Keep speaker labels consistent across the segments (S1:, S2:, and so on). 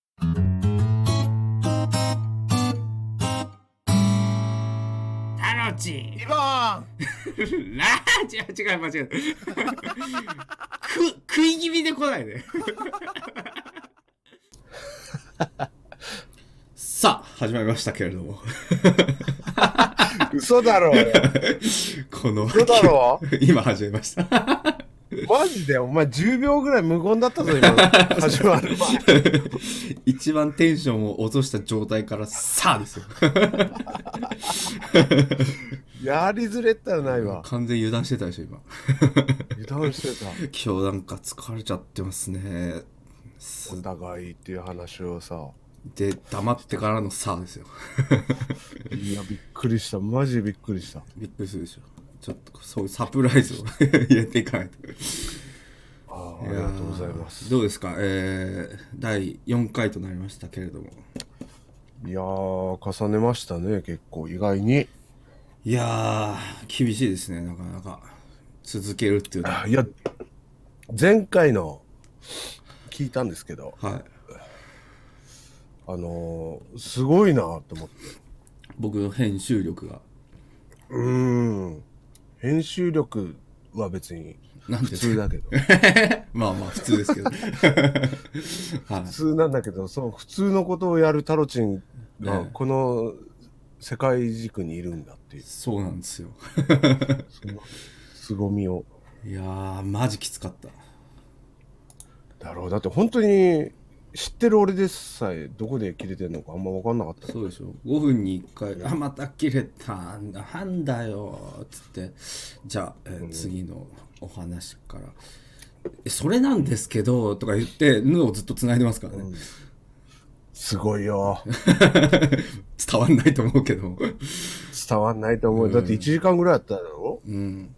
S1: ラジ
S2: リボーン
S1: ラジあ違う間違えた く食い気味で来ないで さあ始まりましたけれども
S2: 嘘だろうよ。
S1: この
S2: 嘘だろ
S1: 今始めました
S2: マジでお前10秒ぐらい無言だったぞ、今。始まる前。
S1: 一番テンションを落とした状態からさあですよ
S2: やりずれったらないわ。
S1: 完全油断してたでしょ今
S2: 油断してた。
S1: 今日なんか疲れちゃってますねす
S2: お互いっていう話をさ。
S1: で黙ってからのさあですよ
S2: いや、びっくりした。マジびっくりした。
S1: びっくりするでしょちょっとそういうサプライズを やっていかないと
S2: あーありがとうございます。
S1: どうですか、えー、第4回となりましたけれども。
S2: いやー、重ねましたね、結構。意外に。
S1: いやー、厳しいですね、なかなか。続けるっていうのは。
S2: あいや、前回の聞いたんですけど、
S1: はい。
S2: あのー、すごいなーって思って。
S1: 僕の編集力が。
S2: うーん。編集力は別に
S1: なん
S2: 普
S1: で
S2: 通だけど。
S1: まあまあ、普通ですけど。 は
S2: 普通なんだけど、その普通のことをやるタロチンが
S1: ええ
S2: この世界軸にいるんだっていう
S1: い。、そうなんですよ。
S2: その凄みを。
S1: いやー、マジきつかった。
S2: だろう。だって本当に知ってる俺でさえどこで切れてんのかあんま分かんなかった。
S1: そうでしょ。5分に1回、あ、また切れた。なんだよ。つって。じゃあ、えー次のお話から。えそれなんですけど、とか言って、ぬをずっと繋いでますからね。
S2: すごいよ。
S1: 伝わんないと思うけど。
S2: 伝わんないと思う。だって1時間ぐらいあっただろ
S1: うん。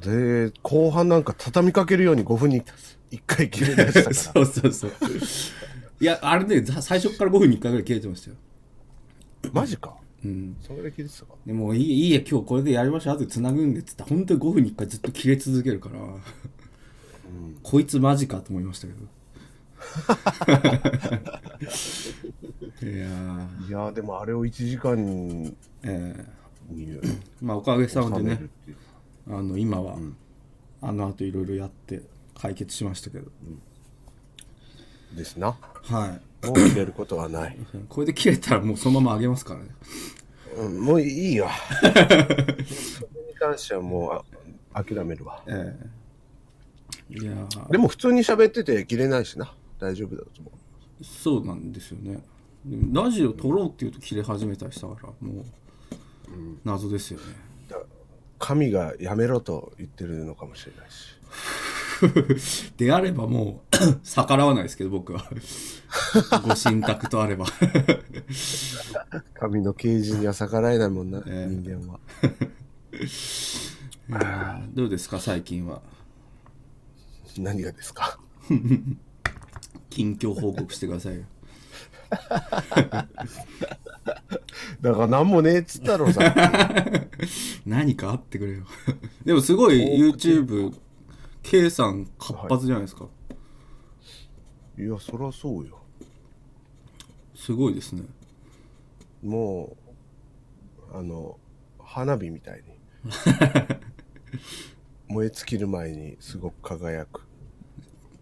S2: で、後半なんか畳みかけるように5分に1回切れ出したから。
S1: そうそうそう。いや、あれね、ざ最初から5分に1回ぐらい切れてましたよ。
S2: マジか。
S1: うん。
S2: それぐらい切れてたか。
S1: でもういい、いいや、今日これでやりましょう。後で繋ぐんでっつって、本当に5分に1回ずっと切れ続けるから、こいつマジかと思いましたけど。いやー、
S2: いやーでもあれを1時間に
S1: えー
S2: 収
S1: まあおかげさまで
S2: め
S1: ね
S2: る、っていう。
S1: あの今は、あの後いろいろやって解決しましたけど、
S2: ですな。
S1: はい。
S2: もう切れることはない。
S1: これで切れたらもうそのまま上げますからね。
S2: うん、もういいよ。それに関してはもうあ諦めるわ。
S1: ええいやー
S2: でも普通に喋ってて切れないしな。大丈夫だと思う。
S1: そうなんですよねでもラジオ撮ろうっていうと切れ始めたりしたからもう謎ですよね
S2: だ神がやめろと言ってるのかもしれないし。
S1: であればもう 逆らわないですけど僕は ご神託とあ れば
S2: 神の啓示には逆らえないもんな、
S1: ええ
S2: 人間は。
S1: いやーどうですか最近は
S2: 何がですか
S1: 近況報告してくださいよ
S2: だから何もねえっつったろさ。
S1: 何かあってくれよ でもすごい YouTubeK さん活発じゃないですか、
S2: いや、そりゃそうよ。
S1: すごいですね
S2: もう、あの、花火みたいに。燃え尽きる前にすごく輝く。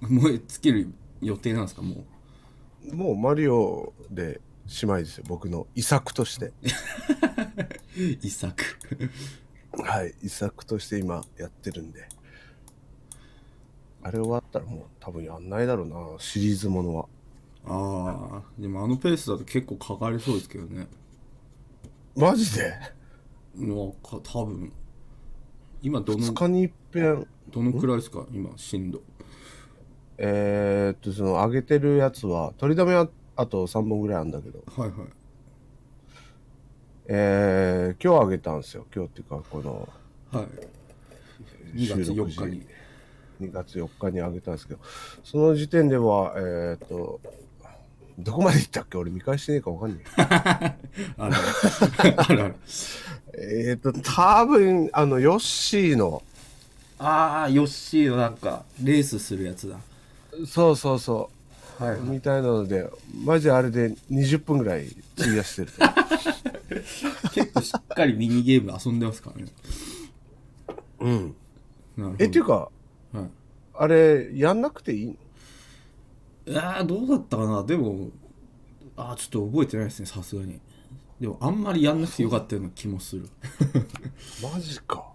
S1: 燃え尽きる予定なんですかもう
S2: もうマリオで姉妹ですよ、僕の遺作 として。
S1: 遺作
S2: はい、遺作として今やってるんで。あれ終わったらもう多分やんないだろうな、シリーズものは。
S1: ああでもあのペースだと結構かかりそうですけどね
S2: マジで
S1: のか多分今ど
S2: 2
S1: の
S2: 日に一遍、
S1: どのくらいですか今震度
S2: えー、っと、その上げてるやつは、取りだめはあと3本ぐらいあるんだけど、
S1: はいはい
S2: えー、今日上げたんですよ。今日っていうか、この
S1: はい2月
S2: 収
S1: 4
S2: 録時
S1: 日に
S2: 2月4日に上げたんですけど、その時点では、えー、っと、どこまで行ったっけ俺見返してねえかわかんねえ。
S1: あらあらあら
S2: えーと、多分あの、ヨッシーの、
S1: あーヨッシーのなんかレースするやつだ
S2: そうそうそう、
S1: はい
S2: みたいなので、マジあれで20分ぐらい費やしてると。
S1: 結構しっかりミニゲーム遊んでますからね。
S2: うん。
S1: なるほど
S2: え、っていうか、
S1: はい、
S2: あれ、やんなくていいの
S1: えー、どうだったかなでもあーちょっと覚えてないですねさすがにでもあんまりやんなくてよかったような気もする
S2: マジか。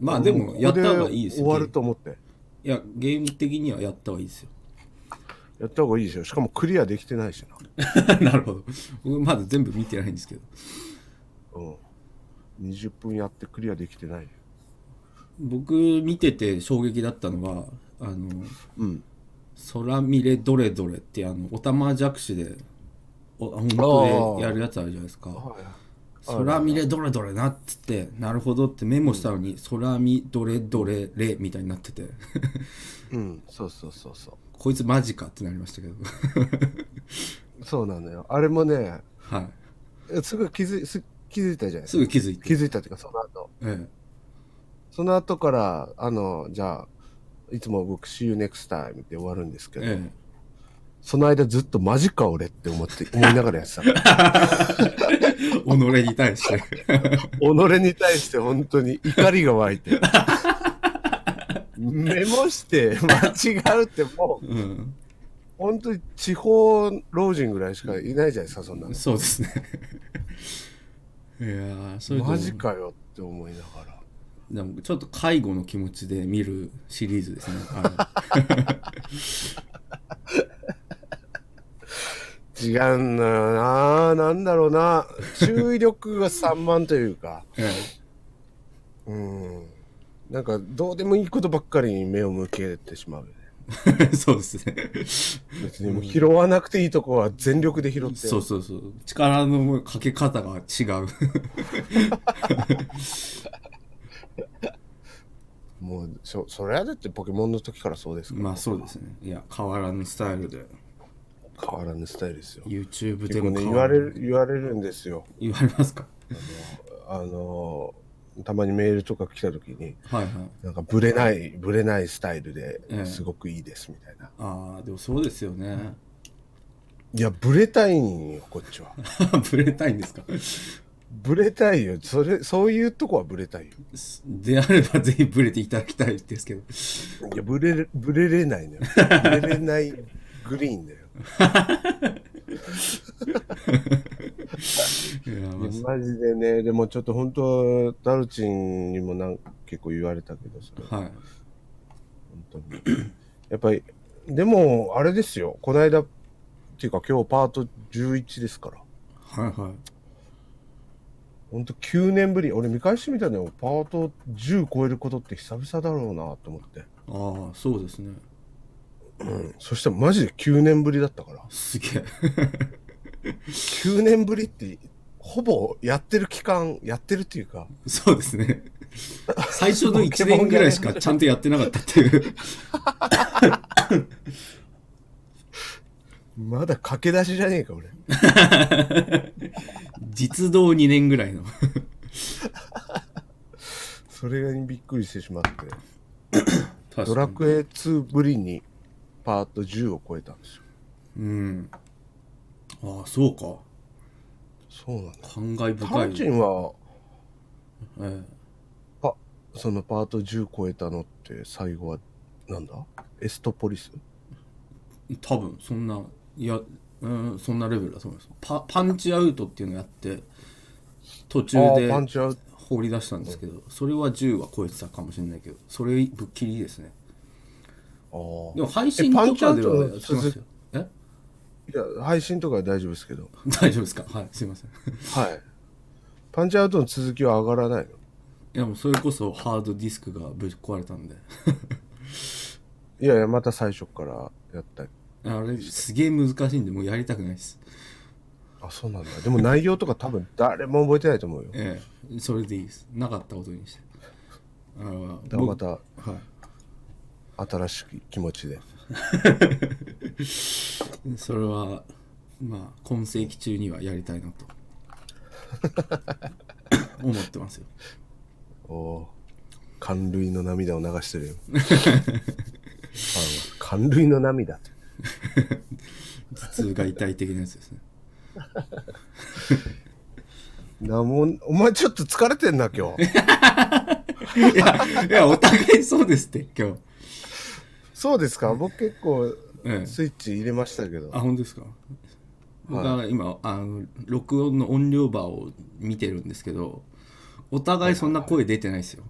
S1: まあでもやった方がいいです
S2: こ
S1: よ
S2: こ終わると思って。
S1: ゲームいやゲーム的にはやった方がいいですよ
S2: やった方がいいでしょ。しかもクリアできてないしな。
S1: なるほど僕まだ全部見てないんですけど
S2: うん。20分やってクリアできてない。
S1: 僕見てて衝撃だったのはあの
S2: うん。
S1: 「空見れどれどれ」ってあのおたまじゃくしでお本当でやるやつあるじゃないですか空見れどれどれなっつってなるほどってメモしたのに「空見どれどれれ」みたいになって て
S2: うん。そうそうそうそ
S1: こいつマジかってなりましたけど
S2: う。そうなのよ。あれもね、
S1: はい
S2: えすぐ気づいす気づいたじゃないですすか。
S1: ぐ気づいて、
S2: 気づいたっていうか、その後。
S1: え
S2: その後から、あの、じゃあ、いつも僕、See you next time って終わるんですけ
S1: え
S2: ど、
S1: え
S2: その間ずっとマジか俺って思って、思いながらやって たから。
S1: え、己に対して
S2: 己に対して本当に怒りが湧いて。メモして間違うってもう、
S1: うん
S2: 本当に地方老人ぐらいしかいないじゃないですか、そんなの。
S1: そうですねいやーそういうの
S2: マジかよって思いながら。
S1: でもちょっと介護の気持ちで見るシリーズです ねあ
S2: 違うんだよななんだろうな注意力が散漫というか。
S1: れえ
S2: うん。なんか、どうでもいいことばっかりに目を向けてしまうよね。
S1: え そうですね
S2: 別にもう拾わなくていいとこは全力で拾って。
S1: そうそうそう力のかけ方が違う
S2: もうそ、それはだってポケモンの時からそうですから。
S1: まあそうですねいや変わらぬスタイルで
S2: 変わらぬスタイルですよ。
S1: YouTube で
S2: 結構
S1: も
S2: ね、
S1: 変
S2: 言
S1: わ
S2: わ
S1: ら
S2: れ
S1: ぬ
S2: る、言われるんですよ。
S1: 言われますか
S2: あの、たまにメールとか来た時に、
S1: はいはい
S2: なんかブレない、ブレないスタイルで
S1: ええ
S2: すごくいいですみたいな。
S1: ああでもそうですよね
S2: いや、ブレたいんよ、こっ ちは。
S1: ブレたいんですか
S2: ブレたいよ。それ、そういうとこはブレたいよ。
S1: であればぜひブレていただきたいですけど
S2: いや、ブレれ、ブレれないのよ。ブレれないグリーンだよ。
S1: いやまあ
S2: マジでね、でもちょっと本当、ダルチンにもなん結構言われたけど、それ、
S1: はい
S2: 本当に。やっぱり、でも、あれですよ。この間、っていうか今日パート11ですから。
S1: はいはい
S2: 本当9年ぶり。俺見返してみたのよ。パート10超えることって久々だろうなと思って。
S1: ああそうですね
S2: うん。そしたらマジで9年ぶりだったから。
S1: すげえ
S2: 9年ぶりって、ほぼやってる期間、やってるっていうか、
S1: そうですね最初の1年ぐらいしかちゃんとやってなかったって いう
S2: まだ駆け出しじゃねえか、俺。
S1: 実動2年ぐらいの
S2: それにびっくりしてしまって。ド
S1: 確か
S2: ラ
S1: に
S2: クエ2ぶりにパート10を超えたんですよ。
S1: うんああそうか
S2: そうなんだ。
S1: 感慨
S2: タ
S1: 深
S2: ンチ
S1: い、
S2: ンは、
S1: え
S2: パ、そのパート10超えたのって最後は、なんだエストポリス
S1: え、多分そんないやうんそんなレベルだと思いますパパンチアウトっていうのやって途中
S2: ああ、
S1: で
S2: パンチアウト。
S1: 放り出したんですけど、それは10は超えてたかもしれないけどそれぶっきりですね
S2: あ
S1: でも配信とかではや
S2: え
S1: ってま
S2: パンチアウト
S1: すよえ
S2: あ。いや、配信とかは大丈夫ですけど。
S1: 大丈夫ですかはいすいませんい
S2: はい。パンチアウトの続きは上がらないの
S1: やもうそれこそハードディスクがぶっ壊れたんで
S2: いやいや、また最初からやったり。
S1: あれすげえ難しいんでもうやりたくないです
S2: あ、そうなんだ。でも内容とか多分誰も覚えてないと思うよ。
S1: ええそれでいいですなかったことにしてあの
S2: だからま
S1: 僕
S2: た
S1: は
S2: 新しい気持ちで。
S1: いそれはまあ今世紀中にはやりたいなと 思ってますよ
S2: おお寒涙の涙を流し てるよ。ファンは寒涙の涙って。
S1: 頭痛が痛い的なやつですね
S2: なもんお前ちょっと疲れてんな今 日
S1: いや、いや、お互いそうですって、今日。
S2: そうですか僕結構
S1: ええ
S2: スイッチ入れましたけど、
S1: あ、本当ですか。僕は今、あの、録音の音量バーを見てるんですけど、お互いそんな声出てないですよ。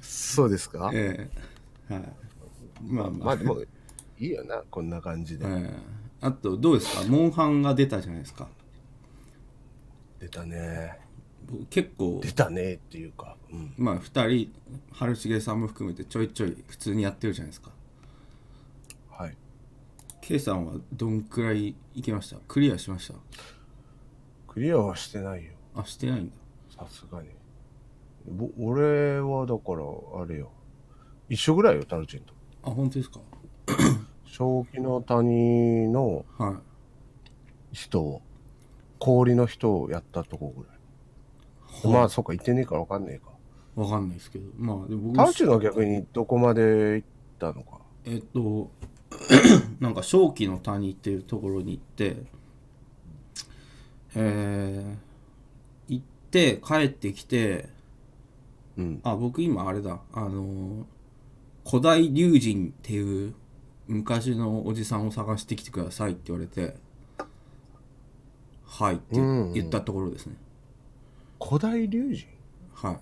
S2: そうですか
S1: ええ。はい。まあま
S2: ま
S1: あ
S2: あで。もいいよなこんな感じで、
S1: ええあと、どうですかモンハンが出たじゃないですか。
S2: 出たね
S1: 僕結構、
S2: 出たねっていうか、うん、
S1: まあ、二人、春重さんも含めてちょいちょい普通にやってるじゃないですか。
S2: はい
S1: K さんはどんくらいいけましたクリアしました
S2: クリアはしてないよ
S1: あ、してないんだ。
S2: さすがにぼ俺はだからあれよ一緒ぐらいよタルチンと
S1: あ、本当ですか
S2: 正気の谷の
S1: はい。
S2: 人を氷の人をやったとこぐらい、まあそっか行ってねえから分かんねえか
S1: わかんないですけど、まあ、でも
S2: タ
S1: 僕
S2: ル、チンは逆にどこまで行ったのか
S1: えっと、 なんか、正気の谷っていうところに行って、えー、行って、帰ってきて、
S2: うん
S1: あ、僕今あれだ、あのー、古代竜神っていう昔のおじさんを探してきてくださいって言われて、はいって
S2: うんうん
S1: 言ったところですね。
S2: 古代竜
S1: はい。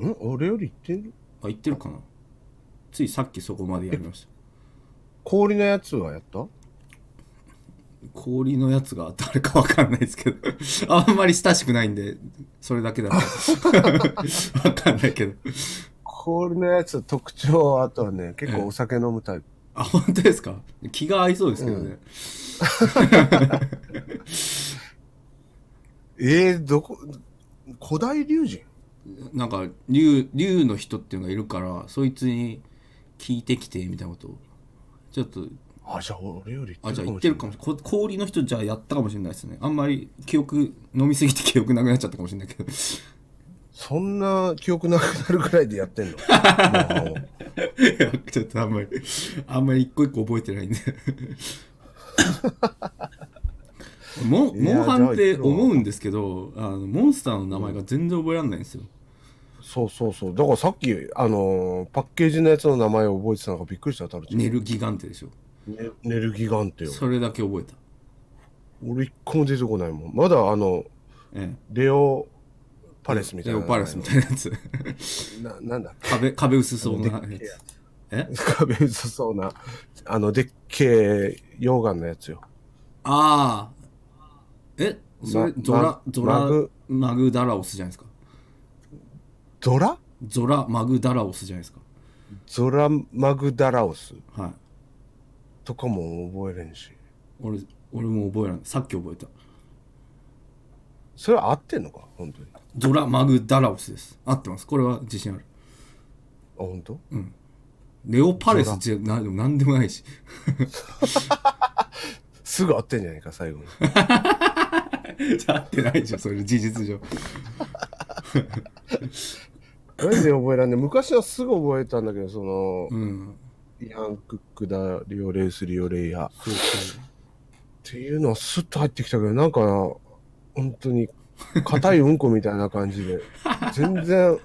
S2: 神ん俺より行ってる
S1: あ、言ってるかなついさっきそこまでやりました。
S2: 氷のやつはやった
S1: 氷のやつが誰かわかんないですけど あんまり親しくないんでそれだけだと わかんないけど
S2: 氷のやつの特徴はあとはね結
S1: ええ
S2: 構お酒飲むタイプ、
S1: あ本当ですか気が合いそうですけどね、
S2: ええどこ古代竜神
S1: なんか竜竜の人っていうのがいるからそいつに聞いてきてみたいなことをちょっと
S2: あじゃあ俺より
S1: あじゃあ言ってるかもしれないこ氷の人じゃあやったかもしれないですねあんまり記憶飲みすぎて記憶なくなっちゃったかもしれないけど
S2: そんな記憶なくなるぐらいでやってんのモンハ ンを
S1: いや ちょっとあんまりあんまり一個一個覚えて ないんでモン
S2: いや
S1: モンハンっ
S2: じゃあい
S1: て
S2: くら
S1: 思うんですけどあのモンスターの名前が全然覚えられないんですよ、
S2: そうそうそうだからさっきあのーパッケージのやつの名前を覚えてたのがびっくりしたタルチ
S1: ネルギガンテでしょ
S2: ねネルギガンテよ
S1: それだけ覚えた、
S2: 俺一個も出てこないもんまだあの
S1: ええ、
S2: レオパレスみたい
S1: レ
S2: な
S1: オパレスみたいなや つ
S2: ななんだっけ
S1: 壁壁薄そうなや
S2: でっけえや
S1: つえ
S2: 壁薄そうなあのでっけえ溶岩のやつよ
S1: ああえそれ
S2: ま
S1: ゾラ
S2: ま
S1: ゾラ
S2: マグ
S1: マグダラオスじゃないですか
S2: ドラ
S1: ゾラマグダラオスじゃないですか
S2: ゾラマグダラオス
S1: はい
S2: とかも覚えれんし
S1: 俺俺も覚えられないさっき覚えた
S2: それは合ってんのか本当にあ
S1: ゾラマグダラオスです合ってますこれは自信ある
S2: 本当
S1: レオパレスじゃなでも何でもないし
S2: すぐ合ってんじゃないか最後に
S1: 合ってないじゃんそれ事実上
S2: マジで覚えらんね昔はすぐ覚えたんだけどその、
S1: うん
S2: イアン・クックだリオレースリオレイヤーっ
S1: そうそう
S2: ていうのはスッと入ってきたけどなんか本当に硬いうんこみたいな感じで 全然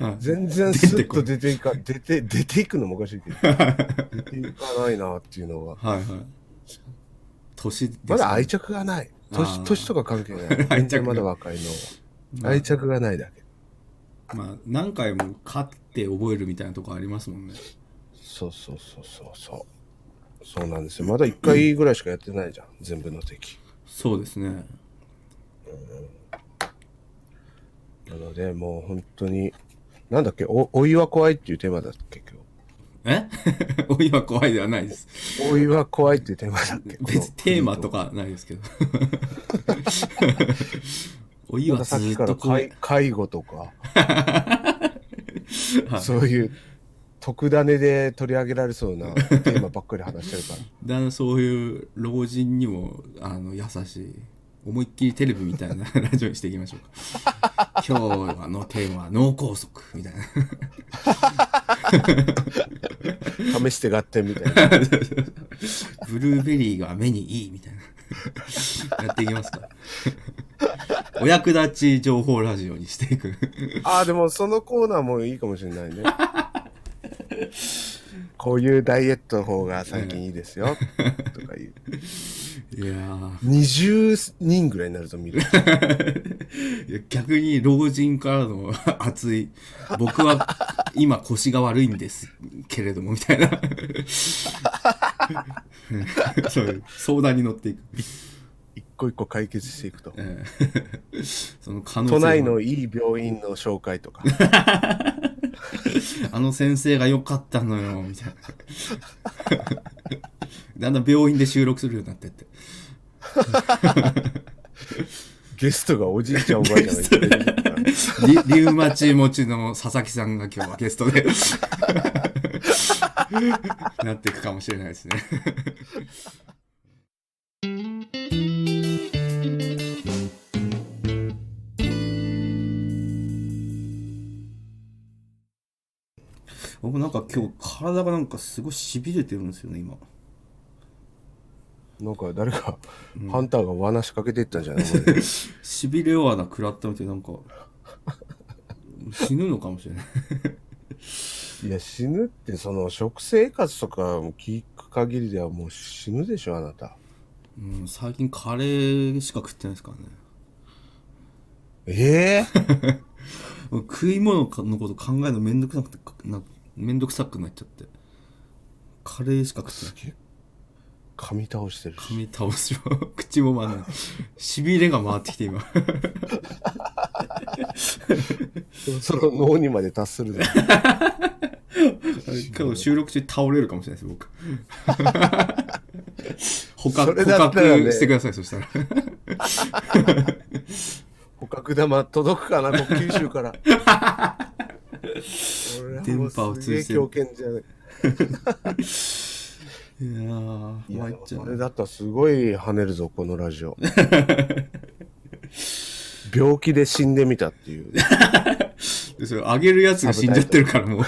S1: はい
S2: 全然
S1: 出
S2: ス
S1: て
S2: ッ
S1: こな
S2: と
S1: い
S2: 出ていか出て出ていくのもおかしいけど出ていかないなっていうのが
S1: はいはい年ですね
S2: まだ愛着がない
S1: あー
S2: 年年とか関 係ない
S1: 愛着
S2: 全然まだ若いの愛着がないだけ
S1: まあ何回も勝って覚えるみたいなとこありますもんね
S2: そうそうそうそうそうそうなんですよまだ1回ぐらいしかやってないじゃん全部の敵
S1: そうですね
S2: なので、もう本当に、なんだっけ、お老いは怖いっていうテーマだっけ、今
S1: え 老いは怖いではないです
S2: 日。老いは怖いっていうテーマだっけ。この
S1: 別にテーマとかないです けど老い
S2: ま
S1: は
S2: たさ
S1: ず
S2: っき
S1: っ
S2: から
S1: と怖
S2: 介
S1: い
S2: 介護とか、
S1: はい
S2: そういう特ダネで取り上げられそうなテーマばっかり話してるから。
S1: だんだんそういう老人にもあの優しい思いっきりテレビみたいな ラジオにしていきましょう か今日はのテーマは脳梗塞みたいな
S2: 試してがってみた いな。
S1: ブルーベリーが目にいいみたいなやっていきます かお役立ち情報ラジオにしていく
S2: ああ、でもそのコーナーもいいかもしれないね。こういうダイエットの方が最近いいですよ。とかいう。
S1: いやー
S2: 20人ぐらいになると見る。
S1: いや逆に老人からの 熱い僕は今腰が悪いんですけれどもみたいな そういう相談に乗っていく、
S2: 一個一個解決していくと。
S1: ええその可能性
S2: 都
S1: も
S2: 内のいい病院の紹介とか。
S1: あの先生が良かったのよ、みたいな。 だんだん病院で収録するようになってって。
S2: ゲストがおじいちゃんおばあちゃんがいっぱい出てくるから。
S1: リリウマチ持ちの佐々木さんが今日はゲストでなっていくかもしれないですね。僕なんか今日体がなんかすごい痺れてるんですよね今
S2: なんか誰か、ハンターが罠仕掛けていったんじゃないの、俺
S1: 痺れはな食らったみたいなんか死ぬのかもしれない
S2: いや、死ぬって、その、食生活とかも聞く限りではもう死ぬでしょ、あなた。
S1: うん、最近カレーしか食ってないですからね
S2: ええ
S1: もう食い物のこと考えるのめんどくさくてかなめんどくさくなっちゃってカレーしか食ってない
S2: すげえ噛み倒してるし。
S1: 髪倒しよう口も回らないしびれが回ってきて今
S2: その脳にまで達するで。
S1: 今日収録中倒れるかもしれないです僕捕獲
S2: それ
S1: 捕
S2: だったらね
S1: 獲してくださいそしたら
S2: 捕獲玉届くかな、こう九州から。俺はもうすげえ
S1: 電波を通じて
S2: 狂犬じゃない。
S1: いやー
S2: いや
S1: 参っちゃ
S2: それ
S1: う
S2: だったらすごい跳ねるぞ、この ラジオ。病気で死んでみたっていう。
S1: でそれあげるやつが死んじゃってるからもう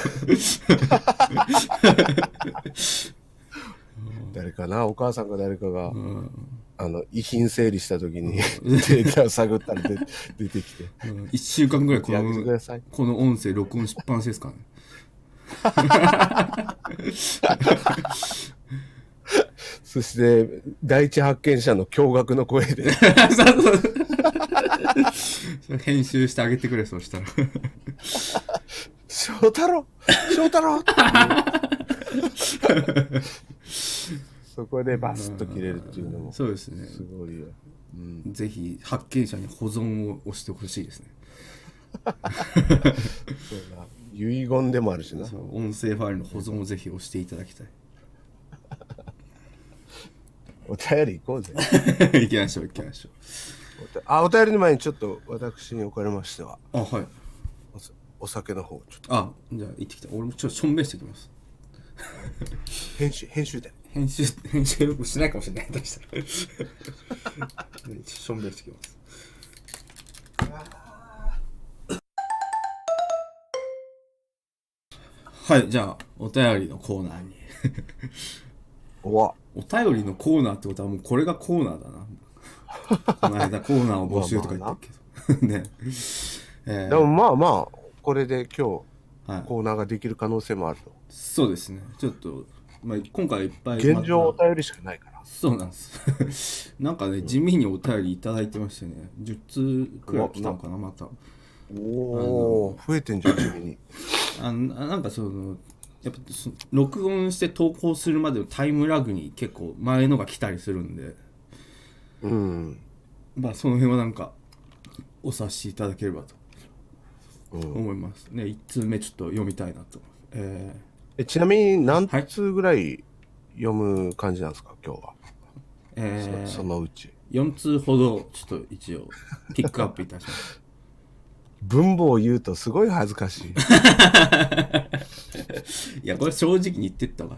S2: 誰かな、お母さんか誰かが、
S1: ん
S2: あの、遺品整理した時に、データを探ったら出出てきて。
S1: うん一週間ぐらい こ
S2: やめてく
S1: の
S2: ださい
S1: この音声録音しっぱなしですからね
S2: そして、第一発見者の驚愕の声 で、
S1: そうそうそうそれ編集してあげてくれそうしたら
S2: 翔太郎翔 太郎っていうそこでバスッと切れるっていうのも、す
S1: そうですね
S2: ごいよ。
S1: ぜひ発見者に保存を押してほしいですね
S2: そうだ遺言でもあるしな。
S1: そう音声ファイルの保存をぜひ押していただきた
S2: お便り行こうぜ。
S1: い 行きましょう行きましょ
S2: お便あ、お便りの前にちょっと私におかれましては、
S1: うあはい
S2: お酒お酒の方をちょっ
S1: あじゃあ行ってきた俺もちょっとしょんべんしてきます
S2: と編集、編集で。
S1: 編集 編集しないかもしれないだとしたらしょんべんしてきます はいじゃあお便りのコーナーに
S2: おわ。
S1: お便りのコーナーってことはもうこれがコーナーだ なこの間コーナーを募集とか言ったけど ねえ
S2: で
S1: ー
S2: もまあまあ、これで今
S1: はい
S2: 日、コーナーができる可能性もあると。
S1: そうですねちょっと、まあ、今回いっぱい
S2: 現状お
S1: また
S2: 便りしかないから。
S1: そうなんです なんかね地味にお便りいただいてましてね10通くらい来たのかなまた
S2: おお、増えてんじゃん、君に。
S1: あななんかそのやっぱそ録音して投稿するまでのタイムラグに結構前のが来たりするんで
S2: うん。
S1: まあその辺はなんかお察しいただければと思います、ね1通目ちょっと読みたいなと、え
S2: えちなみに何
S1: はい
S2: 通ぐらい読む感じなんですか、今日は。
S1: ーえ
S2: そのうち。
S1: 4通ほどちょっと一応ピックアップいたします
S2: 文法を言うとすごい恥ずかしい。
S1: いやこ れ正直に言ってったわ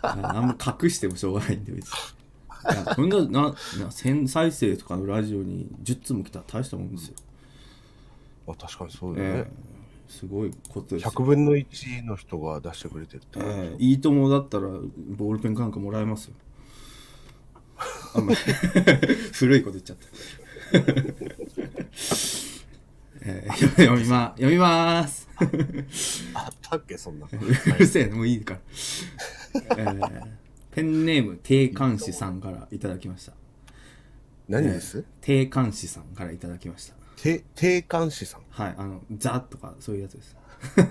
S1: ああんま隠してもしょうがないんで別にそんななな1000再生とかのラジオに10通も来たら大したもんですよ、
S2: まあ、確かにそうだよ
S1: え
S2: ね。
S1: えすごいことですよ
S2: 100分の1の人が出してくれてるって。
S1: ええいいともだったらボールペンかなんかもらえますよあんまり 古いこと言っちゃった、 ええ読みま読みます
S2: あったっけ、そんな。
S1: うるせえもういいから、えーペンネーム定冠師さんからいただきました
S2: 何です
S1: 定冠師さんからいただきました
S2: て定冠師さん。
S1: はいあの「ザ」とかそういうやつです
S2: ああ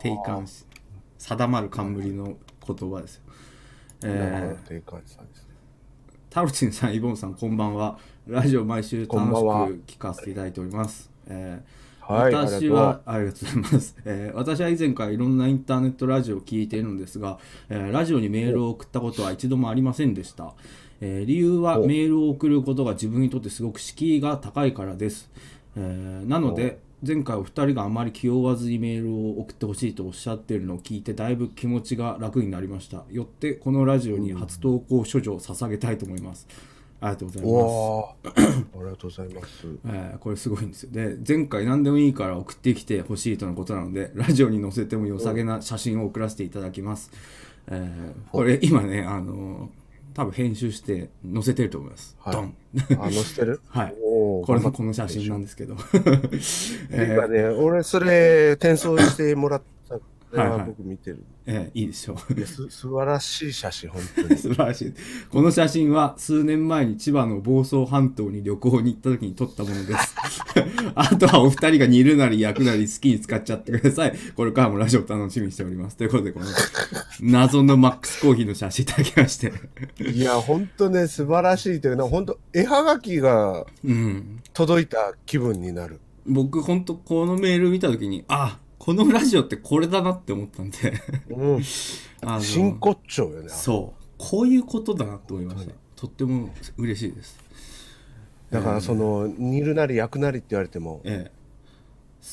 S1: 定冠師定まる冠の言葉ですよ
S2: なるほ
S1: え
S2: ど定冠師さんですね。
S1: ー、タロチンさんイボンさんこんばんはラジオ毎週楽
S2: こんばんは
S1: しく聞かせていただいておりますえー
S2: はい、あ
S1: 私
S2: りが
S1: はありがとうございます、 えー私は以前からいろんなインターネットラジオを聞いているのですが、えーラジオにメールを送ったことは一度もありませんでした、えー理由は
S2: お
S1: メールを送ることが自分にとってすごく敷居が高いからです、えーなので前回お二人があまり気負わずにメールを送ってほしいとおっしゃっているのを聞いてだいぶ気持ちが楽になりましたよってこのラジオに初投稿処女を捧げたいと思いますありがとうござい
S2: とう
S1: ます
S2: ございます。おーありがとうございます。
S1: えーこれすごいんですよで前回何でもいいから送ってきてほしいとのことなのでラジオに載せても良さげな写真を送らせていただきます、えーこれ今ねあのー多分編集して載せてると思います、
S2: はい
S1: ドン
S2: あ、載せてる
S1: はい
S2: おー
S1: これのこの写真なんですけど、 え
S2: 今
S1: ー
S2: ね、俺それ転送してもらった
S1: はいはい
S2: 僕見てる。
S1: えーいいでしょう
S2: いやす素晴らしい写真、本当に。
S1: 素晴らしいこの写真は数年前に千葉の房総半島に旅行に行った時に撮ったものです あとはお二人が煮るなり焼くなり好きに使っちゃってくださいこれからもラジオ楽しみにしておりますということでこの謎のマックスコーヒーの写真いただきまして
S2: いや、本当ね、素晴らしいというのは、本当絵はがきが
S1: うん
S2: 届いた気分になる。
S1: 僕ほんとこのメール見た時にあこのラジオってこれだなって思ったんで
S2: うん。
S1: あの
S2: 真骨頂よね。
S1: そうこういうことだなと思いましたとっても嬉しいです
S2: だから、その、煮るなり焼くなりって言われても、
S1: ええ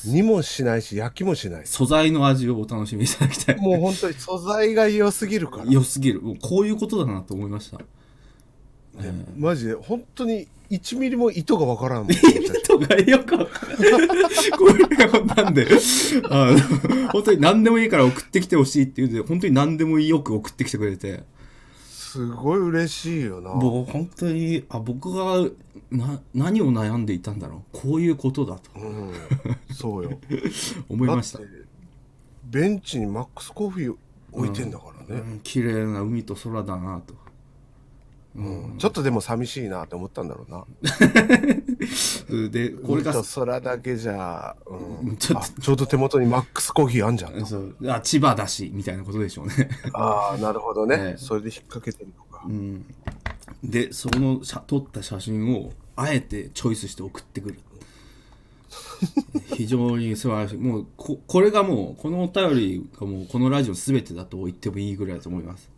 S2: 煮もしないし、焼きもしない。
S1: 素材の味をお楽しみいただきたい
S2: もう本当に素材が良すぎるから。
S1: 良すぎるもうこういうことだなと思いました
S2: ねマジで、本当に1ミリも糸がわから んもん。
S1: 人がよくわかんないこれはなんであの本当に何でもいいから送ってきてほしいっていうので本当に何でもよく送ってきてくれて
S2: すごい嬉しいよな。
S1: 僕本当にあ僕がな何を悩んでいたんだろうこういうことだと
S2: うん。そう よ。
S1: 思いました
S2: だってベンチにマックスコーヒー置いてんだからね、
S1: うん綺麗な海と空だなと
S2: うんちょっとでも寂しいなって思ったんだろうな
S1: それでこれ
S2: 俺
S1: が
S2: と空だけじゃ、うん、
S1: ちょっと
S2: あ ちょうど手元にマックスコーヒーあんじゃん
S1: そうあ千葉だしみたいなことでしょうね
S2: ああなるほどね、
S1: ええ
S2: それで引っ掛けてるのか、
S1: うん、でその写撮った写真をあえてチョイスして送ってくる非常に素晴らしいもうここれがもうこのお便りがもうこのラジオ全てだと言ってもいいぐらいだと思います、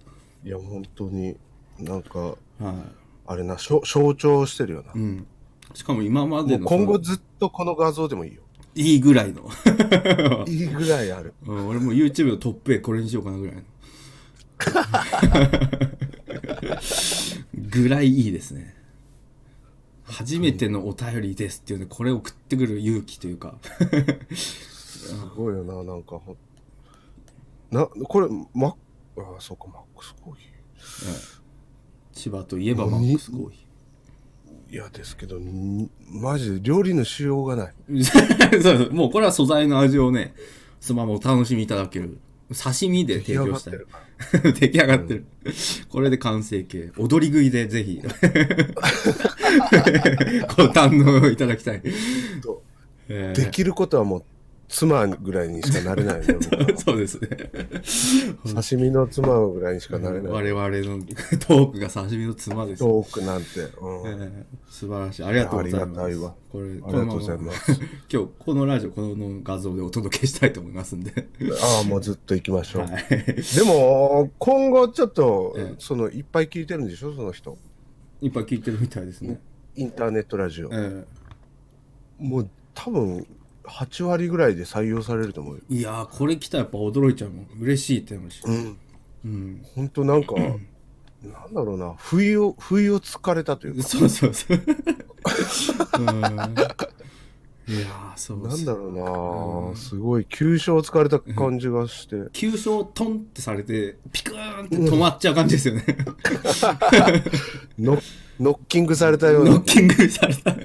S2: いや本当になんか
S1: は
S2: あれなしょ象徴してるよな、
S1: いうん、しかも今ま
S2: も
S1: で
S2: う
S1: の
S2: 今後
S1: その
S2: ずっとこの画像でもいいよ
S1: いいぐらいの、
S2: いいぐらいある
S1: うん、俺も YouTube のトップ絵これにしようかなぐらいの ぐらいいいですね初めてのお便りですっていうねこれ送ってくる勇気というか
S2: すごいよななんかほんなこれマッあーそうかマックスコーヒ
S1: 千葉といえばマックスコーヒ
S2: ーいやですけどにマジで料理のしようがない
S1: ー そうそうもうこれは素材の味をねそのままお楽しみいただける刺身で提供したい 出来上がってるこれで完成形踊り食いでぜひ ご堪能いただきたい、
S2: と
S1: えー
S2: できることはもう妻ぐらいにしかなれない よね僕は
S1: そうですね
S2: 刺身の妻ぐらいにしかなれない
S1: 我々のトークが刺身のつまです、
S2: 遠くなんて、う
S1: え
S2: ん、
S1: ー素晴らしいありがとうございます
S2: ありがたいわ
S1: これ
S2: ありがとうございま
S1: こ
S2: す
S1: のまま今日このラジオこの画像でお届けしたいと思いますんで
S2: ああもうずっと行きましょう、
S1: はい
S2: でも今後ちょっと、
S1: ええ
S2: そのいっぱい聞いてるんでしょその人
S1: いっぱい聞いてるみたいですね。
S2: インターネットラジオ、
S1: え
S2: もう多分8割ぐらいで採用されると思うよ
S1: えいやーこれ来たらやっぱ驚いちゃうもん嬉しいって思うし、
S2: うん
S1: うん、
S2: 本当なんかなんだろうな、不意を、不意をつかれたというか、
S1: そうそうそう。うん、いやーそう
S2: なんだろうな、
S1: うん
S2: すごい、急所をつかれた感じがして、
S1: 急所をトンってされて、ピクーンって止まっちゃう感じですよね。
S2: ノノッキングされたよう
S1: ノッ
S2: な、
S1: キングされた。い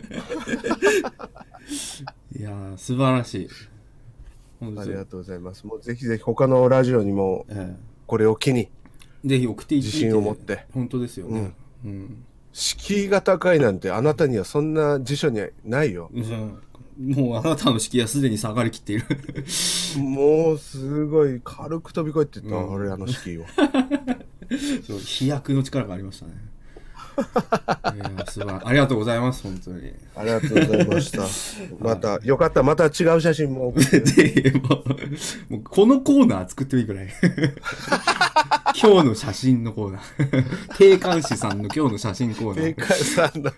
S1: やー素晴らしい。本
S2: あ
S1: 当
S2: り
S1: に
S2: がとうございます。もうぜひぜひ、他のラジオにも、
S1: え
S2: これを機に、
S1: えぜひ送っていただいて
S2: 自信を持って。
S1: 本当ですよね。うん。
S2: 敷居が高いなんて、あなたにはそんな辞書にはないよ。
S1: うんもうあなたの敷居はすでに下がりきっている。
S2: もう、すごい、軽く飛び越えてった、
S1: うん
S2: 俺らの敷居を。
S1: そう飛躍の力がありましたね。いやー素晴らありがとうございます、本当に。
S2: ありがとうございま した。また、よかった、また違う写真も送って。
S1: でもうもうこのコーナー作ってもいいぐらい 今日の写真のコーナー定冠師さんの今日の写真コーナ
S2: 正
S1: ー
S2: 解さ んだ。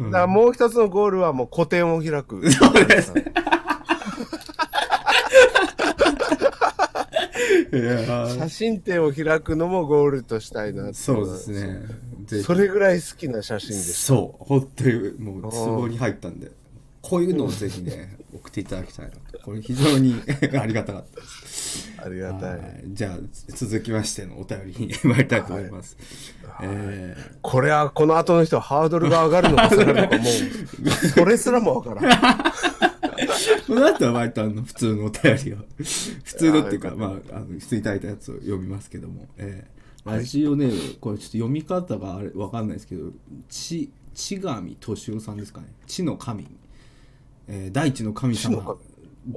S2: だからもう一つのゴールはもう個展を開く。
S1: そうですいやー
S2: 写真展を開くのもゴールとしたいなってい
S1: そうです。ねぜひ
S2: それぐらい好きな写真です。
S1: そう本当にもうツボに入ったんでこういうのをぜひね送っていただきたいなとこれ非常に ありがたかったです
S2: ありがたい。
S1: はいじゃあ続きましてのお便りに参りたいと思います、えー
S2: これはこの後の人はハードルが上がるのか下がるのかもう、それすらも わからん。
S1: この後は割とあの普通のお便りを 普通のっていうか
S2: あーよ
S1: まああの普通にいただいたやつを読みますけども、えーラジオネームこれちょっと読み方があれわかんないですけどち千神敏夫さんですかね地の神、えー大地の神
S2: 地
S1: 様
S2: の神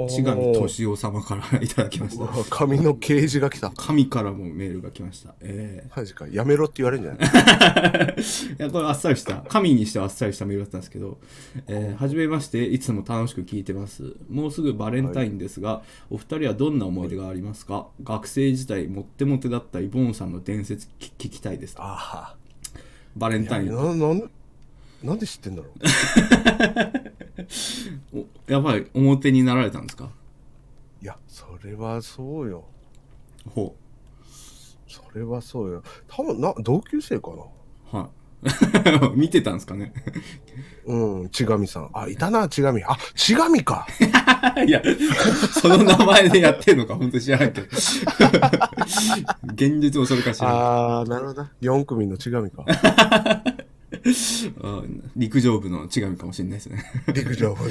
S1: 千神敏夫様からいただきました
S2: 紙の掲示が来た。
S1: 神からもメールが来ましたえ
S2: マジか。やめろって言われるんじゃない
S1: ーいやこれあっさりした神にしてはあっさりしたメールだったんですけど「えーはじめましていつも楽しく聞いてますもうすぐバレンタインですが、お二人はどんな思い出がありますか、学生時代もってもてだったイボーンさんの伝説聞聞きたいです
S2: あ
S1: バレンタ
S2: あ。
S1: イン
S2: な、なん、なんで知ってんだろう。
S1: おやばい表になられたんですか
S2: いや、それはそうよ。
S1: ほ
S2: それはそうよ。多分な、同級生かな。
S1: うはい 見てたんですか ね
S2: うん、ちがみさん。あ、いたな、ちがみ。あ、ちがみか。
S1: いやその名前でやってんのか本当に知らないけど 現実もそれかしら
S2: あー、なるほど。4組のちがみ か。
S1: あ陸上部の違うかもしれないですね
S2: 陸上部。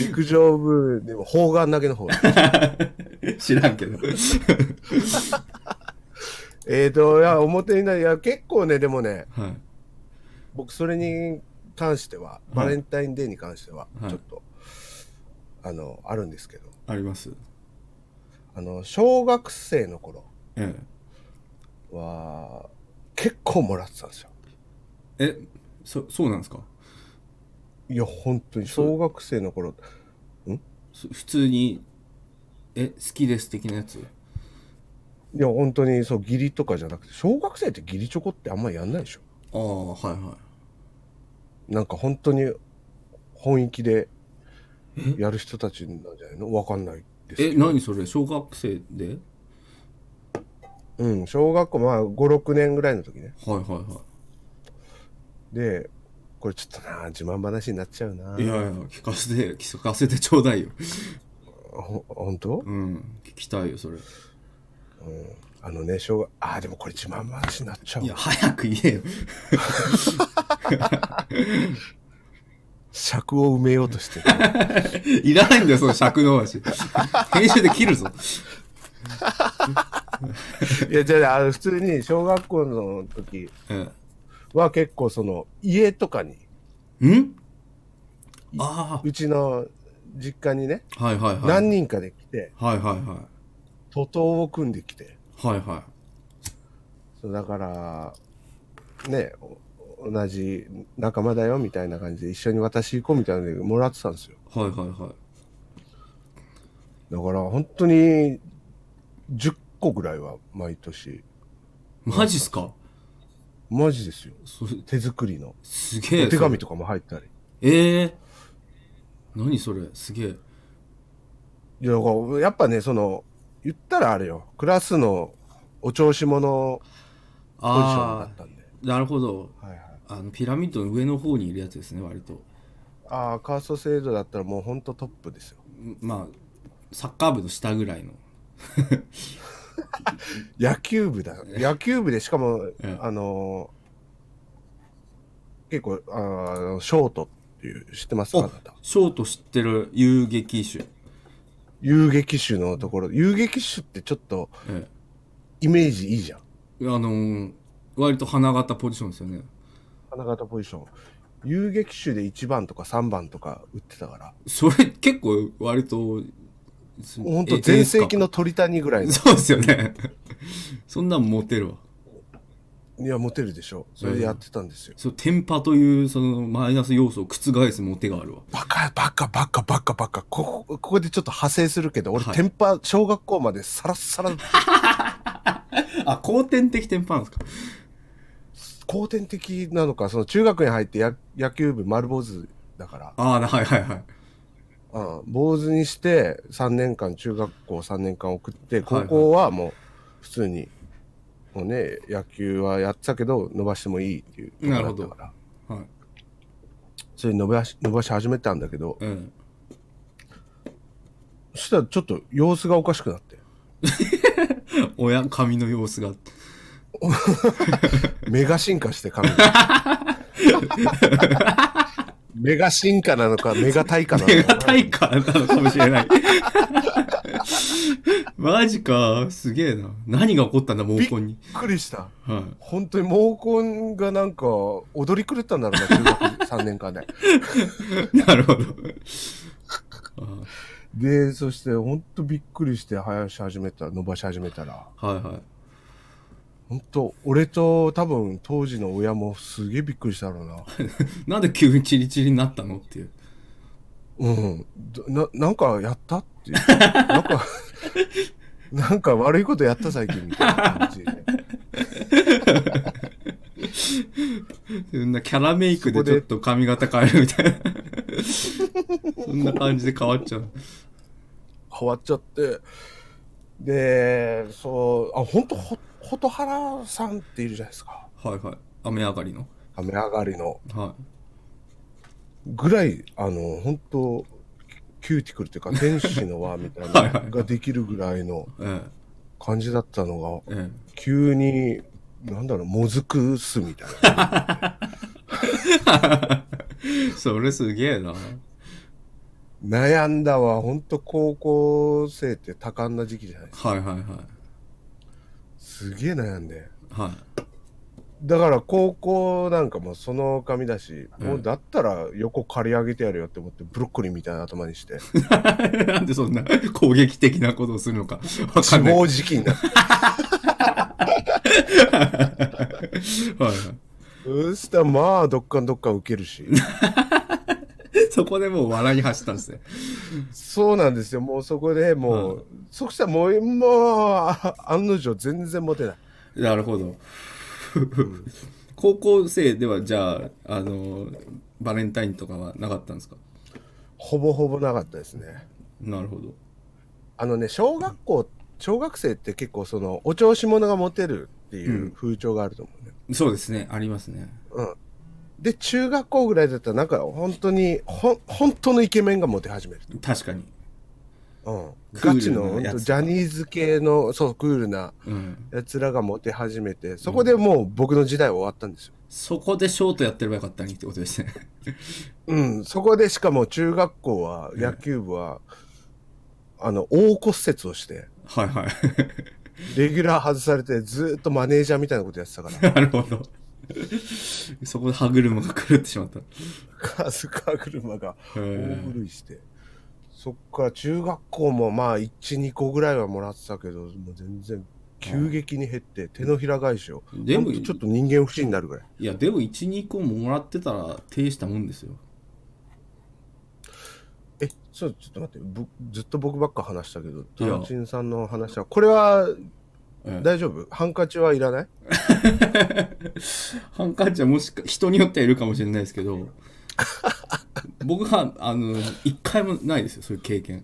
S2: 陸上部、でも、砲丸投げの方。
S1: 知らんけど
S2: えーと、いや、表にない。いや、結構ね、でもね、
S1: はい
S2: 僕、それに関しては、バレンタインデーに関しては、
S1: はい
S2: ちょっと、あの、あるんですけど、
S1: あります
S2: あの、小学生の頃
S1: え
S2: は、結構もらってたんですよ。
S1: ええそそうなんですか
S2: いや、本当に、小学生の頃、
S1: そ普通にえ好きです的なやつ
S2: いや、本当に、そう、義理とかじゃなくて、小学生って義理チョコってあんまやんないでしょ。
S1: ああはいは
S2: なんか本当に、本意気で、やる人たちなんじゃないのわかんないです
S1: いえ
S2: けど。
S1: 何それ小学生で
S2: うん、小学校、まあ、5、6年ぐらいの時ね。
S1: はいは
S2: で、これちょっとな、自慢話になっちゃう
S1: い
S2: な。
S1: はいいやいや聞かせて聞かせてちょうだいよ
S2: ほ、本当
S1: うん聞きたいよそれい
S2: あのね、小学、ああ、でもこれ自慢話になっちゃう
S1: や。早く言えよ
S2: 尺を埋めよう としてる。
S1: いらないんだよその尺の話編集で切るぞ
S2: いや、じゃあ、あの普通に小学校の時
S1: え
S2: は結構その、家とかに、
S1: えんあ
S2: うちの実家にね、
S1: あはいはいはい
S2: 何人かで来て、
S1: はいはいはい
S2: 徒党を組んできて、
S1: はいは
S2: そうだから、ね、お同じ仲間だよみたいな感じで、一緒に私行こうみたいなのでもらってたんですよ。
S1: いはいはいはい
S2: だから、本当に、10個ぐらいは毎年、
S1: マジっすか
S2: マジですよ。
S1: それ
S2: 手作りの。
S1: すげえ
S2: お手紙
S1: それ
S2: とかも入ったり。
S1: ええ何それすげえ
S2: いや、だからやっぱね、その、言ったらあれよ、クラスのお調子者ポジションだ
S1: あ
S2: ったんで。
S1: あなるほど
S2: はいはい。
S1: あのピラミッドの上の方にいるやつですね割と
S2: ああ、カースト制度だったらもう本当トップですよ。
S1: んまあサッカー部の下ぐらいの
S2: 野球部だ。野球部で、しかも、
S1: ん
S2: あのー結構、あーショートっていう、知ってますかあなた。
S1: ショート知ってる遊撃手、
S2: 遊撃手のところ、遊撃手ってちょっと
S1: え
S2: イメージいいじゃん。
S1: え、あのー割と花形ポジションですよね
S2: 花形ポジション。遊撃手で1番とか3番とか打ってたから、
S1: それ結構割とす
S2: 本
S1: え
S2: 当
S1: え
S2: 全盛期の鳥谷ぐら いの。
S1: そうですよねそんなんモテるわ
S2: いや、モテるでしょ。それでやってたんですよ。
S1: そうテンパというそのマイナス要素を覆すモテがあるわ
S2: バカ、バカ、バカ、バカ、バカ。ここ、ここでちょっと派生するけど、俺、
S1: はい
S2: テンパ、小学校までサラッサラ、
S1: あ後天的テンパなんですか
S2: 後天的なのか、その中学に入ってや野球部丸坊主だから、
S1: ああはいはいはい
S2: うん、坊主にして3年間、中学校3年間送っ
S1: は
S2: て、
S1: いは
S2: 高
S1: い
S2: 校はもう普通に、もうね、野球はやってたけど、伸ばしてもいいっていうところだったから、
S1: はい
S2: それで伸ばし、伸ばし始めたんだけど、
S1: ええ
S2: そしたらちょっと様子がおかしくなって、
S1: 親髪の様 子が
S2: メガ進化して髪が。メガ進化なのか、メガ退化な
S1: 手
S2: の
S1: が
S2: か。
S1: 大化なのかもしれ ないマジかすげえな何が起こったんだ毛
S2: びっ
S1: 根に
S2: くりした。
S1: はい
S2: 本当に毛根がなんか踊り狂ったんだろうな、中学3年間で。
S1: なるほど。
S2: で、そして本当びっくりして生やし始めたら、伸ばし始めたら、
S1: はいはい。
S2: 本当俺と多分当時の親もすげえびっくりしたろうな。
S1: なんで急にチリチリになったのっていう。
S2: うん。どな、なんかやったっていう。なんか、なんか悪いことやった最近みたいな感じで。
S1: そんなキャラメイクでちょっと髪型変えるみたい な。そんな感じで変わっちゃう。
S2: 変わっちゃってでそうあ本当ほ蛍原さんっているじゃないですか
S1: はいはい。雨上がりの。
S2: 雨上がりの
S1: は
S2: ぐらいあの本当キューティクルというか天使の輪みたい
S1: はいは
S2: ない
S1: はい
S2: のができるぐらいの
S1: い。え
S2: 感じだったの
S1: え。
S2: が
S1: え
S2: 急になんだろうもずくすみたいな
S1: え。 それすげえな。
S2: 悩んだわ本当高校生って多感な時期じゃないですか
S1: はいはいはい。
S2: すげえ悩んで
S1: はい。
S2: だから高校なんかもその髪だし、もうだったら横刈り上げてやるよって思ってブロッコリーみたいな頭にして
S1: なんでそんな攻撃的なことをするのかわか
S2: 自
S1: んない。は
S2: 暴自棄になって
S1: いはい。
S2: そしたらまあどっかんどっかん受けるし
S1: そこでもう笑いに走ったんですね。
S2: そうなんですよもうそこでもう、そしたらもうもうあ案の定全然モテない
S1: なるほど。高校生ではじゃあ、あの、バレンタインとかはなかったんですか
S2: ほぼほぼなかったですね
S1: なるほど。
S2: あのね小学校小学生って結構そのお調子者がモテるっていう風潮があると思うね、
S1: そうですね、ありますね。
S2: うんで中学校ぐらいだったらなんか本当にほん本当のイケメンがモテ始める
S1: 確かに。
S2: うん、
S1: クールな
S2: ガチのほん
S1: や
S2: と
S1: つ
S2: ジャニーズ系のそうクールな
S1: うん。
S2: やつらがモテ始めてそこでもう僕の時代は終わったんですよ。
S1: そこでショートやってればよかったのにってことですね。
S2: うん、そこでしかも中学校は野球部は、あの大骨折をして
S1: はいはい。
S2: レギュラー外されてずーっとマネージャーみたいなことやってたか
S1: なるほど。そこで歯車が狂ってしまった。
S2: らカスカ車が
S1: へ
S2: 大
S1: ー
S2: 狂いしてそっから中学校もまあ12個ぐらいはもらってたけどもう全然急激に減って手のひら返しを
S1: でも
S2: ほんとちょっと人間不信になるぐらい。
S1: いや、でも1、2個もらってたら、呈したもんですよ。
S2: え、そう、ちょっと待って、ぶずっと僕ばっか話したけど、
S1: いや
S2: タンチンさんの話は、これは
S1: ええ
S2: 大丈夫、ハンカチはいらない
S1: ハンカチはもしか人によってはいるかもしれないですけど僕はあの一回もないですよそういう経験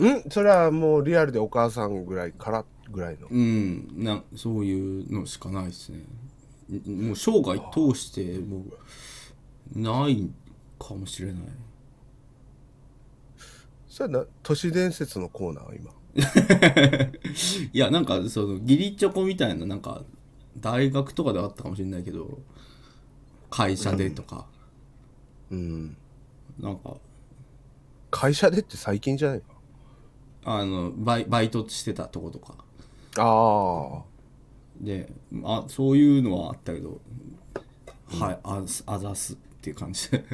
S2: んそれはもうリアルでお母さんぐらいからぐらいの
S1: うんなそういうのしかないですねんもう生涯通してもうないかもしれない
S2: それはな都市伝説のコーナー今
S1: いやなんかその義理チョコみたいななんか大学とかではあったかもしれないけど会社でとか、
S2: うん
S1: なんか
S2: 会社でって最近じゃない
S1: あのバイバイトしてたとことか
S2: かああ
S1: であそういうのはあったけど、はいあざあざすっていう感じで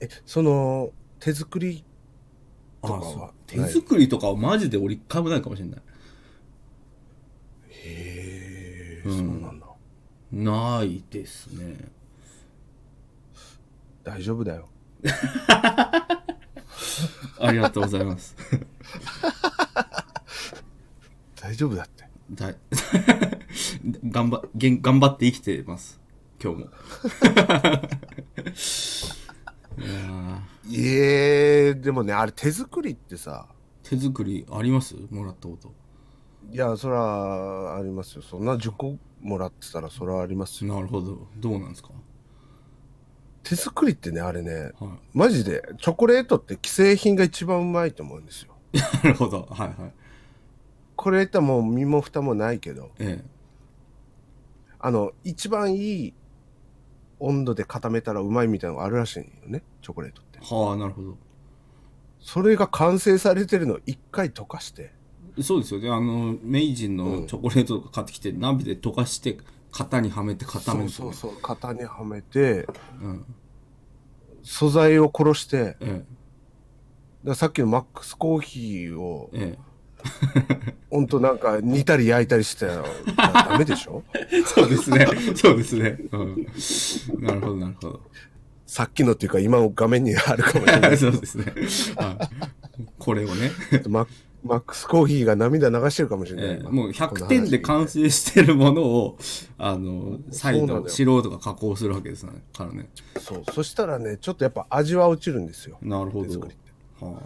S2: えその手作り
S1: あ
S2: とか
S1: そ
S2: は
S1: う手作りとかはマジで俺一回もないかもしれない
S2: へえ、そうなんだ
S1: ないですね
S2: 大丈夫だよ
S1: ありがとうござい ます
S2: 大丈夫だって
S1: だい 頑張げん頑張って生きてます今日もいやー
S2: いえでもねあれ手作りってさ
S1: 手作りありますもらったこと
S2: いやそらありますよそんな10個もらってたらそらありますよ
S1: なるほどどうなんですか
S2: 手作りってねあれね
S1: は
S2: マジでチョコレートって既製品が一番うまいと思うんですよ
S1: いなるほどはいはい
S2: これってもう身も蓋もないけど
S1: え
S2: あの一番いい温度で固めたらうまいみたいなのがあるらしいんよねチョコレートって
S1: えはあなるほど
S2: それが完成されてるのを一回溶かして
S1: そうですよねあの明治のチョコレートとか買ってきて、鍋で溶かして型にはめて固め
S2: そ
S1: る
S2: う
S1: とか
S2: そうそう型にはめて
S1: うん
S2: 素材を殺してだか
S1: え
S2: らさっきのマックスコーヒーを
S1: ええ
S2: ほんとなんか煮たり焼いたりしてたら ダメでしょ
S1: えそうですねそうですね、うん、なるほどなるほど
S2: さっきのっていうか今の画面にあるかもしれない
S1: そうですね、はい、これをね、
S2: ママックスコーヒーが涙流してるかもしれない、
S1: ええ
S2: 今
S1: もう100点で
S2: この話
S1: 完
S2: 聞い
S1: 成してるものをあの
S2: そ
S1: 再
S2: うなんだ
S1: 度
S2: よ
S1: 素人が加工するわけですからね
S2: てそうそしたらねちょっとやっぱ味は落ちるんですよ
S1: なるほ
S2: 手
S1: ど
S2: 作りって、
S1: は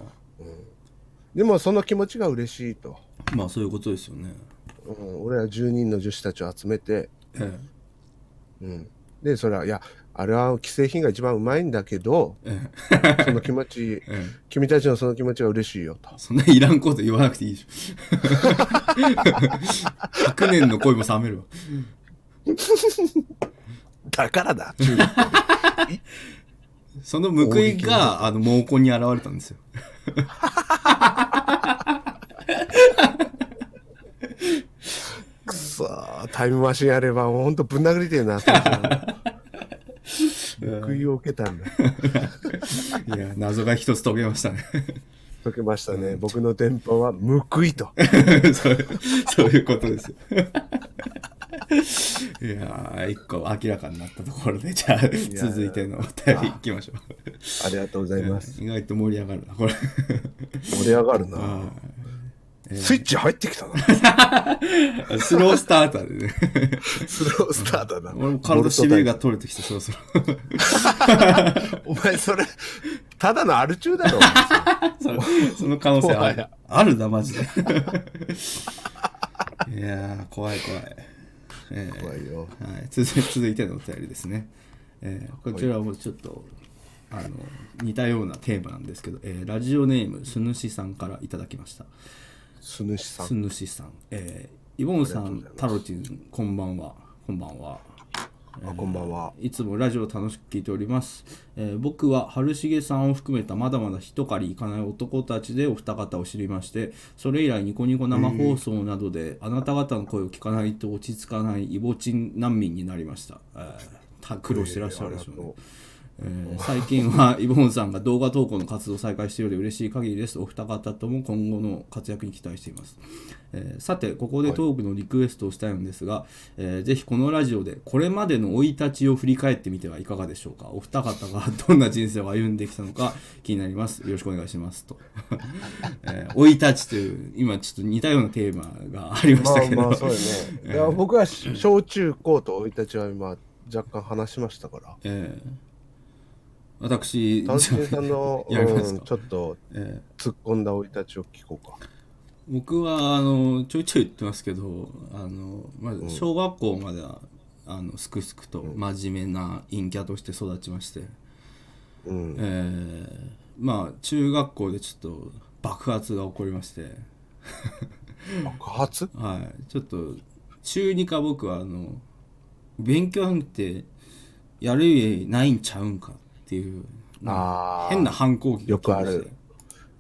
S2: でもその気持ちが嬉しいと、
S1: あ、まあそういうことですよね
S2: うん、俺ら10人の女子たちを集めて
S1: ええ
S2: でそれはいやあれは既製品が一番うまいんだけどその気持ち、君たちのその気持ちは嬉しいよと
S1: そんないらんこと言わなくていいでしょ。100年の恋も冷めるわ。
S2: だからだ中国
S1: その報いが、あの、猛攻に現れたんですよ。
S2: くそータイムマシンあればもうほんとぶん殴りてえな最初の報いを受けたんだ
S1: いや、謎が一つ解けましたね。
S2: 解けましたね、僕の電波は報いと
S1: そうそういうことですよ。 いやー、一個明らかになったところで、じゃあ、続いてのお便りいきましょ
S2: ありがとうございます
S1: う。意外と盛り上がるな、これ。
S2: 盛り上がるな、スイッチ入ってきたな
S1: スロースターターでね。
S2: スロースターだな
S1: 俺も体しびれが取れてきて、そろそろ。
S2: お前それただのアル中だろ
S1: そのその可能性あ
S2: もは
S1: る
S2: や。
S1: あるな、マジで。い やー、怖い怖い。えー
S2: 怖いよ
S1: はい、続い 続いてのお便りですね。えーこちらもちょっと、あの、似たようなテーマなんですけど、えーラジオネーム、すぬしさんからいただきました。
S2: すぬしさん
S1: すぬしさん。えーイボンさん、タロチン、こんばんは。こんばんは。
S2: あこんばんはい
S1: つもラジオ楽しく聞いております、えー僕は春重さんを含めたまだまだ一狩り行かない男たちでお二方を知りましてそれ以来ニコニコ生放送などであなた方の声を聞かないと落ち着かないイボチン難民になりました、えーた苦労してらっしゃるでしょうね、えー最近はイボンさんが動画投稿の活動を再開しているより嬉しい限りです。お二方とも今後の活躍に期待しています。えーさて、ここでトークのリクエストをしたいのですが、えーぜひこのラジオでこれまでの生い立ちを振り返ってみてはいかがでしょうか。お二方がどんな人生を歩んできたのか 気になります。よろしくお願いします。と。 えー生い立ちという、今ちょっと似たようなテーマがありまし
S2: ま
S1: た
S2: あ
S1: けど、
S2: まあそうよね。いや僕は小中高と生い立ちは今若干話しましたから。
S1: ええ私
S2: 探偵さんの
S1: やります
S2: うん
S1: か
S2: ちょっと
S1: ええ
S2: 突っ込んだ生い立ちを聞こうか
S1: 僕はあのちょいちょい言ってますけどあの、ま、ず小学校までは、あのすくすくと真面目な陰キャとして育ちまして、
S2: うん
S1: えーまあ中学校でちょっと爆発が起こりまして、
S2: 爆発
S1: はい、ちょっと中2か僕はあの勉強なんてやる意味ないんちゃうんかっていうなんか
S2: ああ
S1: 変な反抗期が来まして
S2: よくある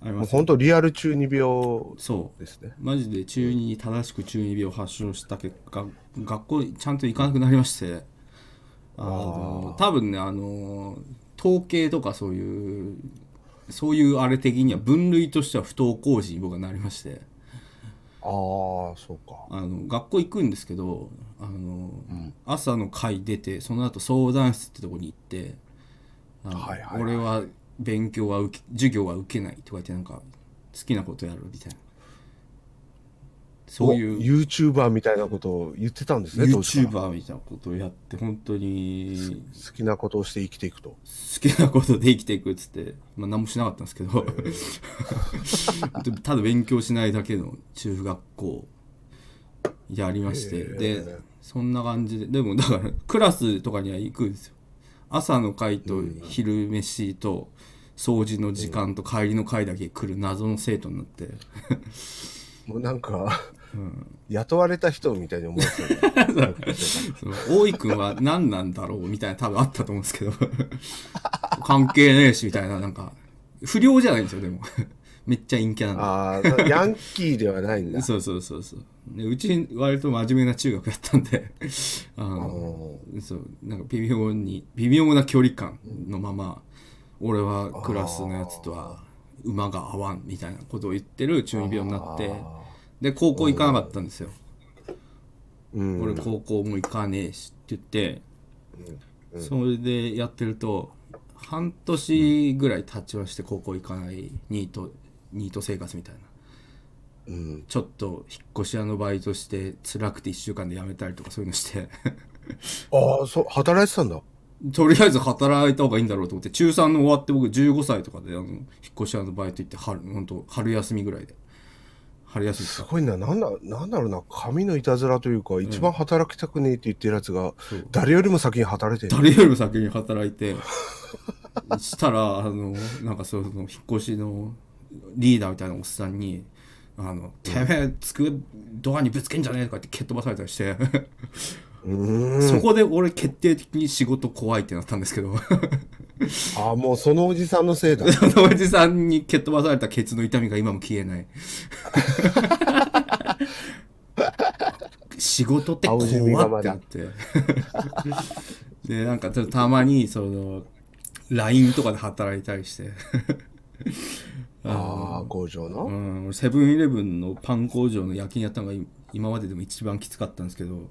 S1: あり
S2: も
S1: ま
S2: う
S1: すね
S2: 本当リアル中二病
S1: そう
S2: ですね
S1: マジで中二正しく中二病を発症した結果学校ちゃんと行かなくなりましてあの多分ねあの統計とかそういうそういうあれ的には分類としては不登校児に僕はなりまして
S2: ああそうか
S1: あの学校行くんですけどあの、朝の会出てその後相談室ってとこに行って「あの
S2: はいはいはい
S1: 俺は勉強は受け授業は受けない」とか言ってなんか好きなことやるみたいなそういう
S2: お YouTuber みたいなことを言ってたんですね当時から
S1: YouTuber みたいなことをやって本当に
S2: 好きなことをして生きていくと
S1: 好きなことで生きていくっつって、まあ、何もしなかったんですけど ただ勉強しないだけの中学校やりまして、でそんな感じででもだからクラスとかには行くんですよ朝の会と昼飯と掃除の時間と帰りの会だけ来る謎の生徒になって
S2: もうなんか、雇われた人みたいに 思ってたね
S1: その大井君は何なんだろうみたいな多分あったと思うんですけど関係ねえしみたいななんか不良じゃないんですよでも めっちゃ陰キャなん
S2: ああヤンキーではないんだ
S1: でそうそうそうそうでうち割と真面目な中学だったんであのそうなんか微妙に微妙な距離感のまま俺はクラスのやつとは馬が合わんみたいなことを言ってる中二病になってで高校行かなかったんですよ
S2: うん
S1: 俺高校も行かねえしって言って、それでやってると半年ぐらい経ちまして高校行かないニートニート生活みたいな
S2: うん
S1: ちょっと引っ越し屋のバイトして辛くて1週間で辞めたりとかそういうのして
S2: ああそう働いてたんだ
S1: とりあえず働いた方がいいんだろうと思って中3の終わって僕15歳とかであの引っ越し屋のバイト行って春本当春休みぐらいで春休み
S2: すごいななんだなんだろうな神のいたずらというか一番働きたくねえって言ってるやつが、
S1: う
S2: 誰よりも先に働いてる
S1: 誰よりも先に働いてしたらあのなんかその引っ越しのリーダーみたいなおっさんに「あのてめえ机ドアにぶつけんじゃねえ」とかって蹴っ飛ばされたりして
S2: うーん
S1: そこで俺決定的に仕事怖いってなったんですけど
S2: ああもうそのおじさん のせいだ
S1: そのおじさんに蹴っ飛ばされたケツの痛みが今も消えない仕事って怖
S2: 青汁が
S1: っ
S2: ま
S1: って
S2: だ
S1: なってでなんかちょっとたまにその LINE とかで働いたりして
S2: ああ工場
S1: う
S2: の、
S1: ん、俺セブンイレブンのパン工場の夜勤やったのがい今まででも一番きつかったんですけど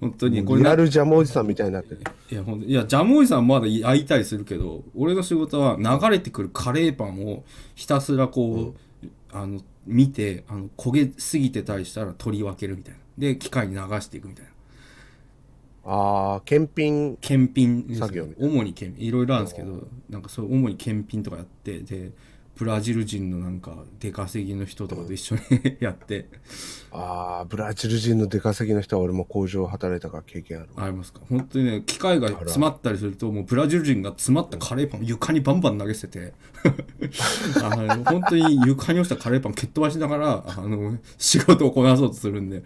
S1: 本当にこれ
S2: リア
S1: な
S2: ルジャムおじさんみたいになってる
S1: いやほんといやジャムおじさんまだ焼いたりするけど俺の仕事は流れてくるカレーパンをひたすらこう、あの見てあの焦げすぎてたりしたら取り分けるみたいなで機械に流していくみたいな
S2: ああ検品
S1: 検品ですね
S2: 作業みた
S1: 主に検品いろいろあるんですけどなんかそう主に検品とかやってでブラジル人のなんか出稼ぎの人とかと一緒に やって、
S2: ああブラジル人の出稼ぎの人は俺も工場働いたから経験ある
S1: ありますか本当にね機械が詰まったりするともうブラジル人が詰まったカレーパンを床にバンバン投げ捨てて あの本当に床に落ちたカレーパン蹴っ飛ばしながらあの仕事をこなそうとするんで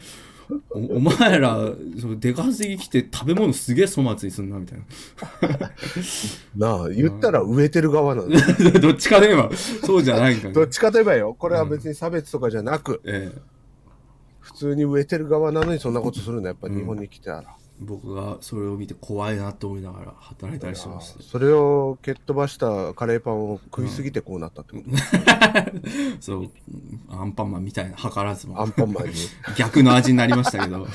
S1: おお前らそう出稼ぎ来て食べ物すげえ粗末にすんなみたいな。
S2: なあ言ったら植えてる側なんだ
S1: どっちかで言えばそうじゃないんかね
S2: どっちかといえばよこれは別に差別とかじゃなく、
S1: ええ
S2: 普通に植えてる側なのにそんなことするのやっぱ日本に来たら、
S1: 僕がそれを見て怖いなと思いながら働いたりしてました
S2: それを蹴っ飛ばしたカレーパンを食いすぎてこうなったってこと、
S1: そうアンパンマンみたいな図らず
S2: ア
S1: も
S2: ンパンマンに
S1: 逆の味になりましたけど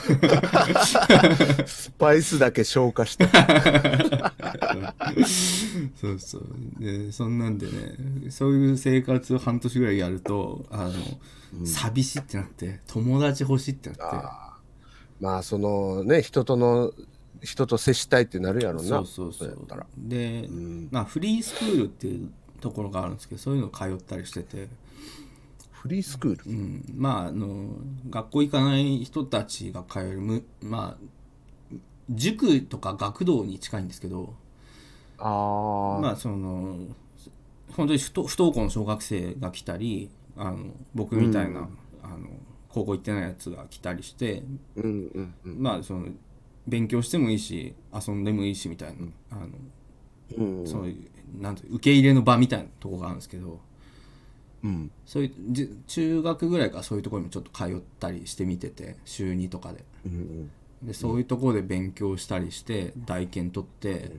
S2: スパイスだけ消 化して
S1: そうそうでそんなんでねそういう生活を半年ぐらいやるとあの、寂しいってなって友達欲しいってなって
S2: まあそのね人との人と接したいってなるやろ
S1: そ
S2: な
S1: うそうそ
S2: や
S1: う
S2: ったら
S1: で、
S2: ん
S1: まあ、フリースクールっていうところがあるんですけどそういうの通ったりしてて、
S2: フリースクール、
S1: うん、まああの学校行かない人たちが通るむまあ塾とか学童に近いんですけど
S2: ああ、
S1: まあその本当に不登不登校の小学生が来たりあの僕みたいな、あの高校行ってないやつが来たりして
S2: うんうんうん
S1: まあその勉強してもいいし遊んでもいいしみたいなあの
S2: うん
S1: そういうなんていう受け入れの場みたいなとこがあるんですけど
S2: うん
S1: そういうじ中学ぐらいからそういうところにもちょっと通ったりしてみてて週2とかで
S2: うん
S1: でそういうところで勉強したりして大研取って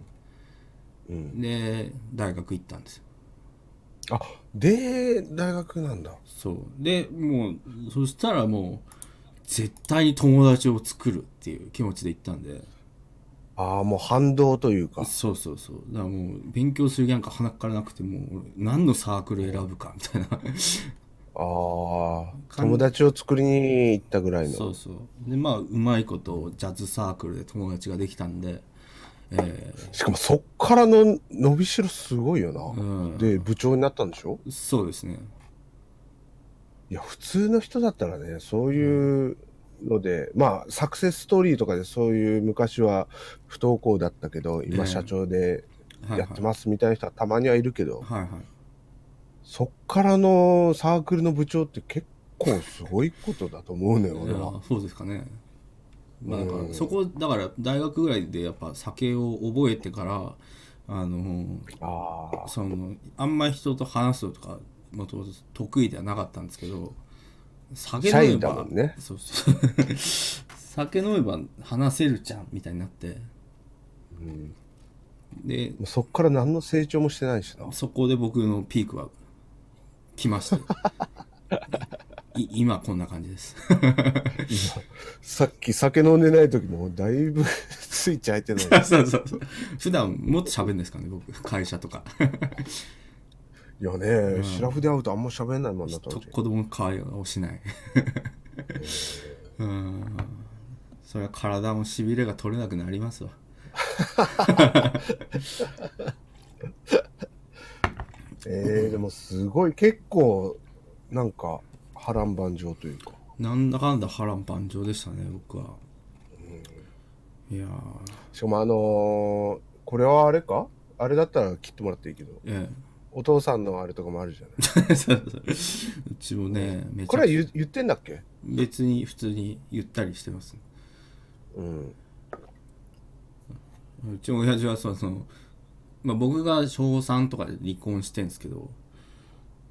S2: うん
S1: で大学行ったんですよ
S2: あで大学なんだ
S1: そうでもうそしたらもう絶対に友達を作るっていう気持ちで行ったんで
S2: ああもう反動というか
S1: そうそうそうだからもう勉強する気なんか鼻からなくてもう俺何のサークル選ぶかみたいな
S2: ああ友達を作りに行ったぐらいの
S1: そうそうでまあうまいことジャズサークルで友達ができたんで、え
S2: しかもそっからの伸びしろすごいよな、
S1: ん
S2: で部長になったんでしょ
S1: ーそうですね
S2: いや普通の人だったらねそういうので、まあサクセスストーリーとかでそういう昔は不登校だったけど
S1: ええ
S2: 今社長で
S1: はい
S2: や
S1: はい
S2: ってますみたいな人はたまにはいるけど、
S1: はいはい
S2: そっからのサークルの部長って結構すごいことだと思うのよ
S1: い
S2: 俺
S1: や
S2: は。
S1: そうですかねまあだか
S2: う
S1: ら
S2: ん
S1: そこだから大学ぐらいでやっぱ酒を覚えてからあの
S2: ああ
S1: そのあんまり人と話すのとかもともと得意ではなかったんですけど酒飲
S2: 社
S1: め
S2: 員だ
S1: ば
S2: もんね
S1: そうそう酒飲めば話せるじゃんみたいになって、で
S2: そっから何の成長もしてないしな。
S1: そこで僕のピークは来ましたよい今こんな感じです
S2: さっき酒飲んでない時もだいぶ スイッチ入ってない。
S1: そうそうそう普段もっと喋るんですかね僕会社とか
S2: いやね、シラフで会うとあんま喋んないもんな当
S1: と
S2: 時。
S1: 子供の会話をしないうんそれは体もしびれが取れなくなりますわ
S2: えー、でもすごい結構なんか波乱万丈というか。
S1: なんだかんだ波乱万丈でしたね僕は、いやー
S2: しかもあのーこれはあれかあれだったら切ってもらっていいけど
S1: え
S2: お父さんのあれとかもあるじゃない。
S1: えそうそううちもねめち
S2: こ
S1: ゃ
S2: れは言言ってんだっけ
S1: 別に普通にゆったりしてます
S2: うん。
S1: うちの親父はそのその、まあ、僕が小3とかで離婚してんですけど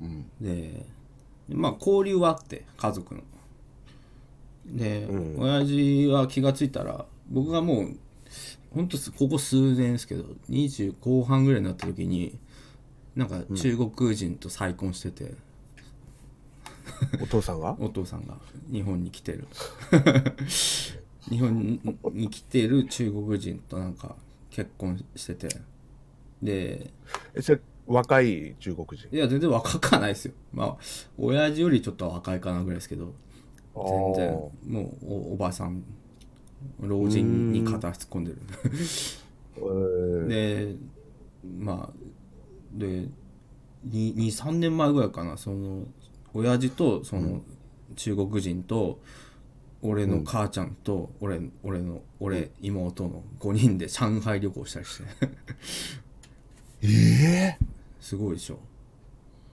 S2: うん。
S1: でまあ交流はあって家族ので、
S2: うん
S1: 親父は気がついたら僕がもうほんとすここ数年ですけど20後半ぐらいになった時になんか中国人と再婚してて、
S2: お父さんが
S1: お父さんが日本に来てる 日本に来てる中国人となんか結婚しててで
S2: え、それ若い中国人。
S1: いや全然若かないですよまあ親父よりちょっと若いかなぐらいですけど全然
S2: あ
S1: もうおおばさん老人に片突っ込んでる
S2: ー。えー
S1: でまあで23年前ぐらいかなその親父とその中国人と俺の母ちゃんと俺俺の俺妹の5人で上海旅行したりして
S2: えー
S1: すごいでしょ、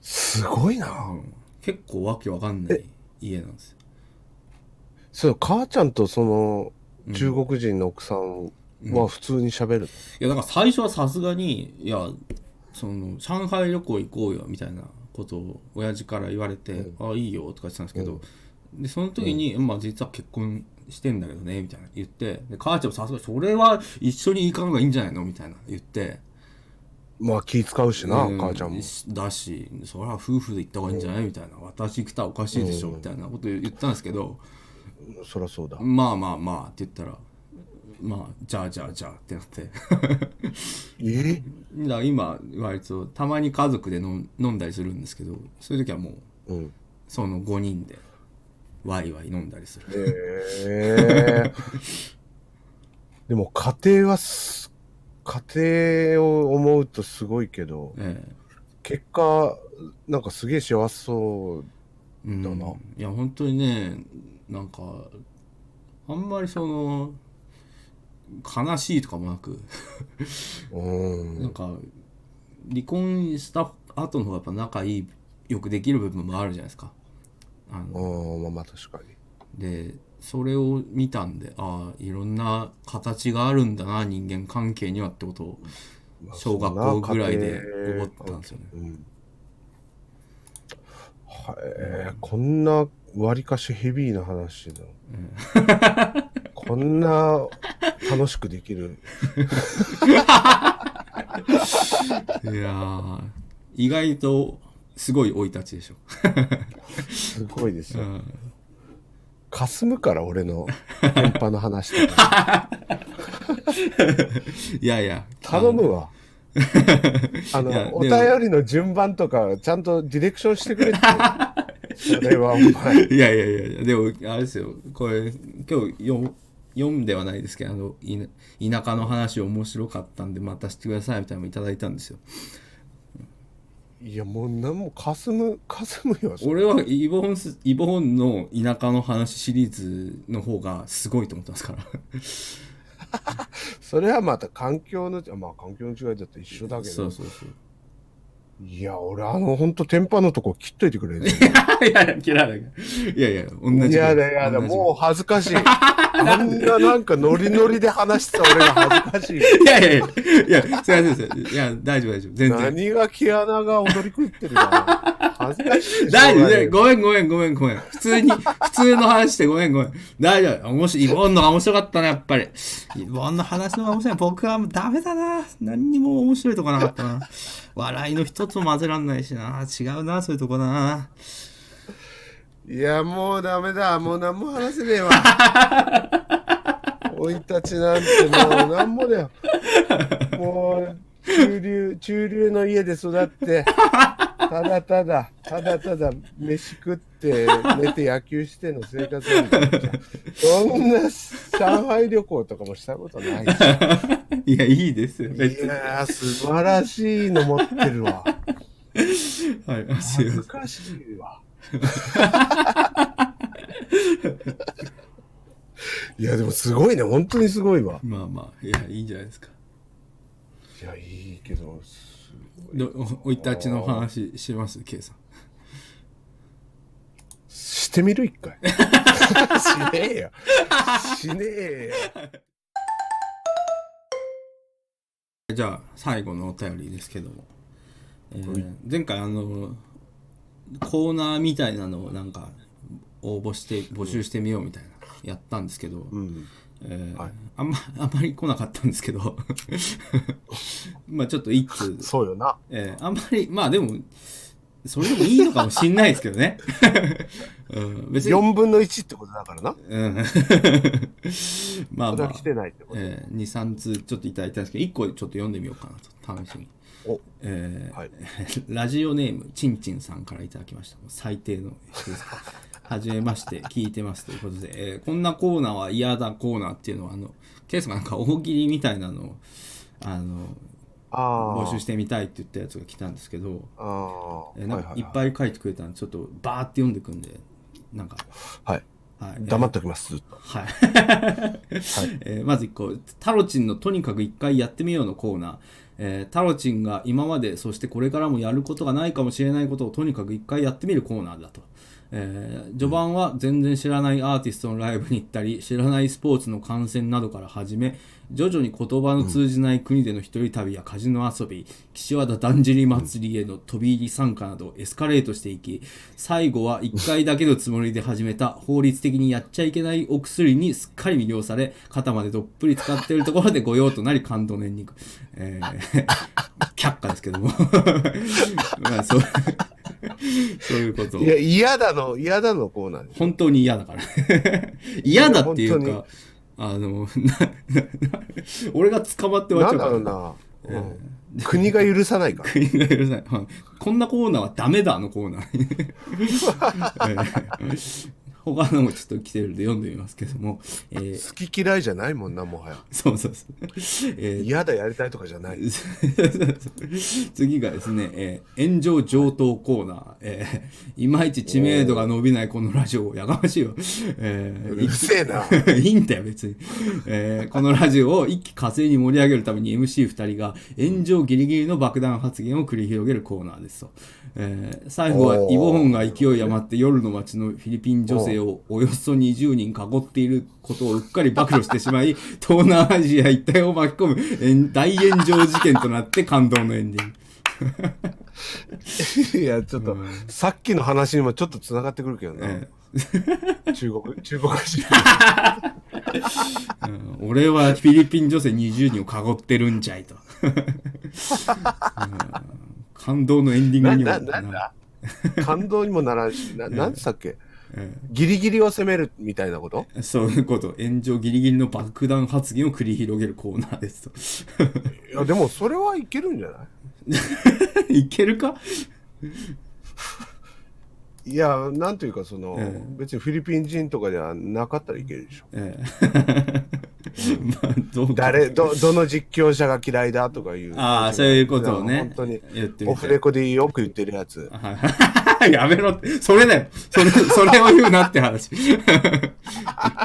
S2: すごいうな。
S1: ん、結構わけわかんない家なんですよ
S2: そう、母ちゃんとその中国人の奥さんは普通に喋る。
S1: いやだから最初はさすがにいやその上海旅行行こうよみたいなことを親父から言われて「あいいよ」とか言ってたんですけど、でその時に、まあ実は結婚してんだけどね」みたいな言ってで母ちゃんもさすがに「それは一緒に行かん方がいいんじゃないの?」みたいな言って
S2: まあ気使うしな、
S1: う
S2: 母ちゃんも。
S1: だし「それは夫婦で行った方がいいんじゃない?」みたいな「私来たらおかしいでしょ」みたいなこと言ったんですけど
S2: そりゃそうだ
S1: 「。まあまあまあ」って言ったら「まあじゃあじゃあじゃあ」ってなって。
S2: えー
S1: だから今割とたまに家族で飲ん飲んだりするんですけどそういう時はもう
S2: うん。
S1: その5人でワイワイ飲んだりする
S2: えーでも家庭はす、家庭を思うとすごいけど、
S1: え
S2: 結果、なんかすげえ幸せそう。
S1: えうん、
S2: どうも
S1: いや本当にねなんかあんまりその悲しいとかもなく
S2: うん。
S1: なんか離婚した後の方がやっぱ仲いいよくできる部分もあるじゃないですかあの
S2: うん、まあまあ確かに。
S1: でそれを見たんでああいろんな形があるんだな人間関係にはってことを
S2: まあ
S1: 小学校ぐらいで
S2: そんな家庭
S1: 思ったんですよね
S2: うんはえーこんなわりかしヘビーな話だ、こんな楽しくできる
S1: いやー意外とすごい生い立ちでしょ、
S2: すごいです
S1: う
S2: よ、
S1: ん、
S2: 霞むから俺の電波の話とか
S1: いやいや
S2: 頼むわ あ
S1: いや
S2: のお
S1: でも
S2: 便りの順番とかちゃんとディレクションしてくれってそれはお前
S1: いやいやいやいやでもあれですよこれ今日よ読んではないですけどあのいな田舎の話面白かったんでまたしてくださいみたいなのもいただいたんですよ
S2: いやもう何も霞む霞むよそれ
S1: 俺はイボンスイボンの田舎の話シリーズの方がすごいと思ってますから
S2: それはまた環境のまあ環境の違いだと一緒だけど
S1: そうそうそう
S2: いや、俺、あの、ほんと、天パのとこ切っといてく れる。
S1: いやいや、嫌だ。いやいや、同じ。
S2: いやだ、いやだ、
S1: 同じ
S2: もう恥ず かしい。あんななんかノリノリで話してた俺が恥ずかしいよ。
S1: いやいやいや、いや、すいませんすいません、いや、大丈夫、大丈夫、全然。
S2: 何が毛穴が踊り食ってるか。恥ずかしいでしょ。
S1: 大丈夫
S2: 俺
S1: ね、ごめん、ごめん、ごめん、ごめん。普通に、普通の話してごめん、ごめん。大丈夫。面白い。イボンのが面白かったな、やっぱり。イボンの話の方が面白い。僕はダメだな。何にも面白いとこなかったな。笑いの一つも混ぜらんないしな。違うな、そういうとこな。
S2: いや、もうダメだ。もう何も話せね えわ。おいたちなんてもう何もだよ。もう、中流、中流の家で育って、ただただ、ただただ、飯食って、寝て野球しての生活なんだよそんな上海旅行とかもしたことないし。
S1: いや、いいですよ、 別
S2: い
S1: に。
S2: やー、素晴らしいの持ってるわ。
S1: はい、あすい
S2: 恥
S1: ません
S2: ず。かしいわ。 いや、でもすごいね。本当にすごいわ。
S1: まあまあ、いや、いいんじゃないですか。
S2: いや、いいけど、すご い
S1: でおおいたちの話します、ケイさん。
S2: してみる一 回。しねえよ。しねえよ。
S1: じゃあ最後のお便りですけども、えー前回あのコーナーみたいなのをなんか応募して募集してみようみたいなやったんですけど、
S2: うん。
S1: えー
S2: はい
S1: あんまあんまり来なかったんですけど まあちょっと一通、
S2: そうよな。
S1: えーあんまりまあでもそれでもいいのかもしんないですけどね、 うん、別に、
S2: 4分の1ってことだからな。
S1: うん まあ
S2: それ
S1: ま
S2: は
S1: あ
S2: 来てないってこと。
S1: えー、23通ちょっといただいたんですけど1個ちょっと読んでみようかなと試しに
S2: お、
S1: えー
S2: はい
S1: ラジオネームちんちんさんからいただきましたもう最低の人ですはじめまして聞いてますということで、えーこんなコーナーは嫌だコーナーっていうのはあのケースがなんか大喜利みたいなのをあの
S2: ああ。
S1: 募集してみたいって言ったやつが来たんですけど
S2: ああ。
S1: えーなんかいっ
S2: い。
S1: ぱい書いてくれたんでちょっとバーって読んでくんでなんか、
S2: はい。
S1: はい、
S2: 黙っておきます。ずっと
S1: はい。えーまず1個、タロチンのとにかく1回やってみようのコーナー。えータロチンが今まで、そしてこれからもやることがないかもしれないことをとにかく1回やってみるコーナーだと。えー序盤は全然知らないアーティストのライブに行ったり、知らないスポーツの観戦などから始め、徐々に言葉の通じない国での一人旅やカジノ遊び、岸和田だんじり祭りへの飛び入り参加などエスカレートしていき、最後は1回だけのつもりで始めた法律的にやっちゃいけないお薬にすっかり魅了され、肩までどっぷり使っているところで御用となり感動のにえー、却下ですけども。 まあ、そう、 そういうことを
S2: い。や、嫌だの、嫌だのコーナーでしょ
S1: 本当に嫌だから。 嫌だっていう
S2: いや
S1: か、あの、ななな俺が捕まって終わっ
S2: な
S1: ちゃ
S2: ん
S1: うから
S2: だ ろう。な、うん国が許さないから。
S1: 国が許さ ない。はいこんなコーナーはダメだのコーナー。えー他のもちょっと来てるんで読んでみますけども、えー、
S2: 好き嫌いじゃないもんなもはや
S1: そうそうそう。えー
S2: 嫌だやりたいとかじゃない
S1: 次がですね、えー炎上上等コーナー、えーいまいち知名度が伸びないこのラジオ、やかましいよ。えー
S2: うるせえな
S1: いいんだよ、別に。えーこのラジオを一気火星に盛り上げるために MC2 人が炎上ギリギリの爆弾発言を繰り広げるコーナーですと。えー最後はイボンが勢い余って夜の街のフィリピン女性をおよそ20人囲っていることをうっかり暴露してしま い、東南アジア一帯を巻き込むえん大炎上事件となって感動のエンディング。
S2: いやちょっと、さっきの話にもちょっとつながってくるけどね、
S1: え
S2: 中国中国 人
S1: ーうん俺はフィリピン女性20人を囲ってるんじゃいと。 うん感動のエンディング
S2: な
S1: に
S2: な
S1: も
S2: なん
S1: な
S2: だ感動にもならんしななんつったっけ、
S1: え
S2: ギリギリを攻めるみたいなこと
S1: そういうこと。炎上ギリギリの爆弾発言を繰り広げるコーナーですと。
S2: いやでもそれはいけるんじゃない
S1: いけるか
S2: いやなんというかその、
S1: ええ
S2: 別にフィリピン人とかではなかったらいけるでしょ
S1: ええ まあ、どうか
S2: 誰どどの実況者が嫌いだとかいう
S1: ああ、そういうことを
S2: 本
S1: ね。
S2: 当に
S1: 言ってみ
S2: オ
S1: た
S2: フ
S1: い
S2: レコでよく言ってるやつ
S1: はい やめろって。それだよ。それ、それを言うなって話。 言っ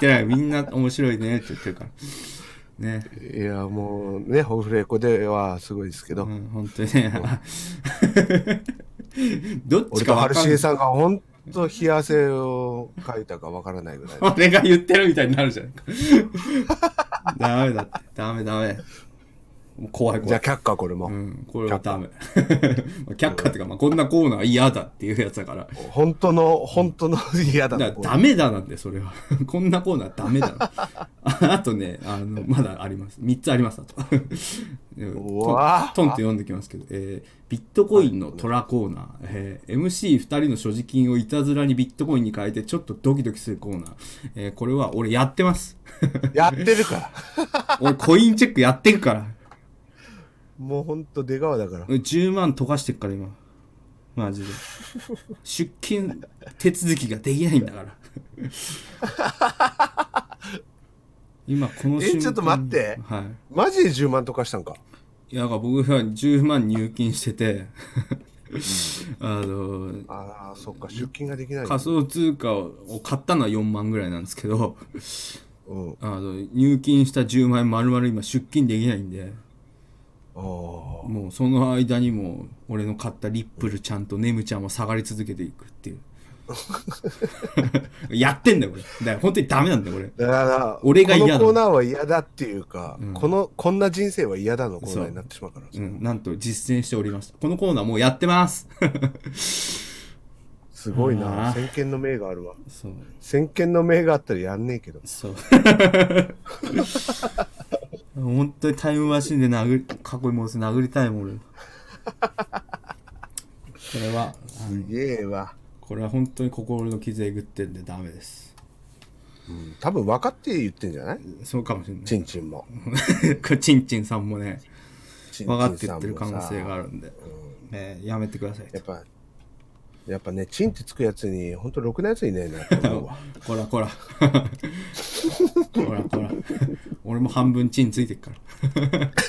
S1: てない。みんな面白いねって言ってるから。ね。
S2: いやもうねオフレコではすごいですけど、
S1: うん、本当にね。 どっ
S2: 俺
S1: ち
S2: と
S1: かわ
S2: 春
S1: かん
S2: 重
S1: ない。
S2: さんが本当冷や汗をかいたかわからないぐらいの
S1: 俺が言ってるみたいになるじゃないか。 ダメだって。ダメダメ。もう怖い
S2: じ
S1: 怖
S2: ゃあ
S1: い。
S2: 却下これも、
S1: うん、これはダメ。 却下っていうか、まあ、こんなコーナー嫌だっていうやつだから。
S2: 本当の本当の嫌だ
S1: だ
S2: と
S1: か
S2: こ
S1: らダメだなんでそれは こんなコーナーダメだな ああとねあのまだあります3つありますあと うん
S2: うわ
S1: トントンと読んできますけど、えービットコインの虎コーナー、え MC2 人の所持金をいたずらにビットコインに変えてちょっとドキドキするコーナー、えーこれは俺やってます
S2: やってるから
S1: 俺コインチェックやってるから
S2: もう本当出川だから
S1: 俺10万溶かしてるから今マジで出金手続きができないんだから 今この
S2: え
S1: 瞬間
S2: ちょっと待って
S1: は
S2: マジで10万とかしたんか
S1: いいやだから僕は10万入金しててあの
S2: ああそっか出勤ができない
S1: 仮想通貨を買ったのは4万ぐらいなんですけど
S2: うんあ
S1: あの入金した10万円丸々今出金できないんで
S2: あ
S1: もうその間にも俺の買ったリップルちゃんとネムちゃんも下がり続けていくっていう やってんだよ俺だから本当にダメなんだよ俺
S2: だから、
S1: 俺が嫌だ
S2: このコーナーは嫌だっていうか、この、こんな人生は嫌だのコーナーになってしまうから。
S1: うん、なんと実践しておりましたこのコーナーもうやってます
S2: すごい
S1: あ
S2: な。
S1: ー
S2: 先見の明があるわ。
S1: そう
S2: 先見の明があったらやんねえけど。
S1: そう 本当にタイムマシンで殴り過去に戻す殴りたいもん俺これは
S2: すげえわ。
S1: これは本当に心の傷えぐってんでダメです
S2: 多分分かって言ってんじゃない
S1: そうかもしれない
S2: ちんちんも。
S1: これチンチンさんもね
S2: ちんちんさ
S1: 分
S2: ん
S1: か
S2: もさ
S1: って言ってる可能性があるんで、えーやめてください
S2: やっぱ、やっぱね、チンってつくやつに、ほんとろくなやついねえなって思うわ。
S1: こらこらこらこら俺も半分チンついてるか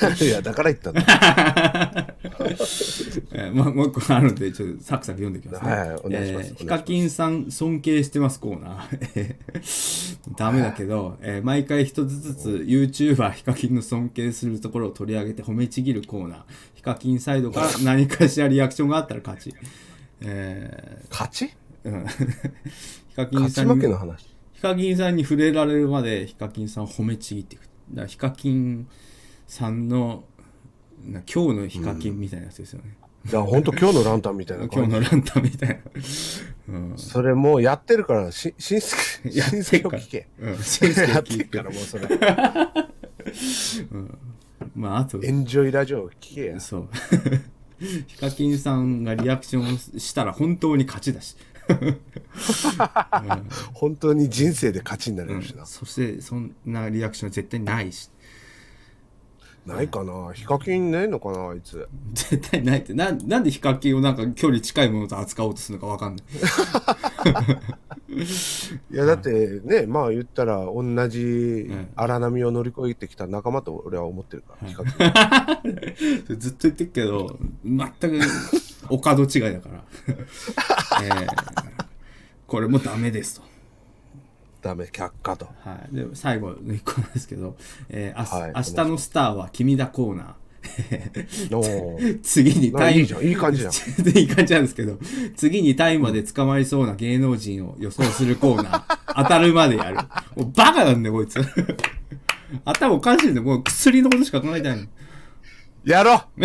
S1: ら、
S2: いや、だから言ったんだ。
S1: えーま、もう一個あるんでちょっとサクサク読んでいきますね
S2: はいお願いします
S1: えーヒカキンさん尊敬してますコーナー えーダメだけど、えー毎回一つずつ YouTuber ヒカキンの尊敬するところを取り上げて褒めちぎるコーナーヒカキンサイドから何かしらリアクションがあったら勝ちえ
S2: 勝ち
S1: ーうん ヒカキン
S2: 勝
S1: さ
S2: ち
S1: ん
S2: 負
S1: に
S2: けの話。
S1: ヒカキンさんに触れられるまでヒカキンさんを褒めちぎっていくだからヒカキンさんのな今日のヒカキンみたいなやつですよね、
S2: だからほんと今日のランタンみたいな
S1: 今
S2: 感
S1: 日
S2: じ。
S1: のランタンみ たいな、うん、
S2: それもうやってるから、し、しんす け、
S1: や
S2: しん
S1: っ
S2: す
S1: て
S2: け
S1: っ
S2: を
S1: から
S2: 聞け。
S1: うんしんすけを
S2: やって
S1: 聞
S2: っ
S1: いて
S2: からもうそれ。
S1: まああと
S2: エンジョイラジオを聞けや。
S1: そう ヒカキンさんがリアクションしたら本当に勝ちだし
S2: 本当に人生で勝ちになれるしな。
S1: そしてそんなリアクション絶対ないし
S2: ないかなヒカキンねえのかなあいつ。
S1: 絶対ないってななんでヒカキンをなんか距離近いものと扱おうとするのかわかんない
S2: いや、だってね、まあ言ったら、同じ
S1: ん
S2: 荒波を乗り越えてきた仲間と俺は思ってるから、比較 的
S1: それずっと言ってるけど全くお門違いだから、 えーこれもダメですと。
S2: ダメ、却 下と。
S1: はい、で最後の1個なんですけど、えーあす
S2: はい
S1: 明日のスターは君だコーナ
S2: おー
S1: ー 次に
S2: なんかいい
S1: イ
S2: じゃん、いい感じじゃん。
S1: でいい感じなんですけど、次にタイまで捕まりそうな芸能人を予想するコーナー、 当たるまでやる。もうバカなんだよ、こいつ。 頭おかしいんだよ、もう薬のことしか考えてないの。
S2: やろ う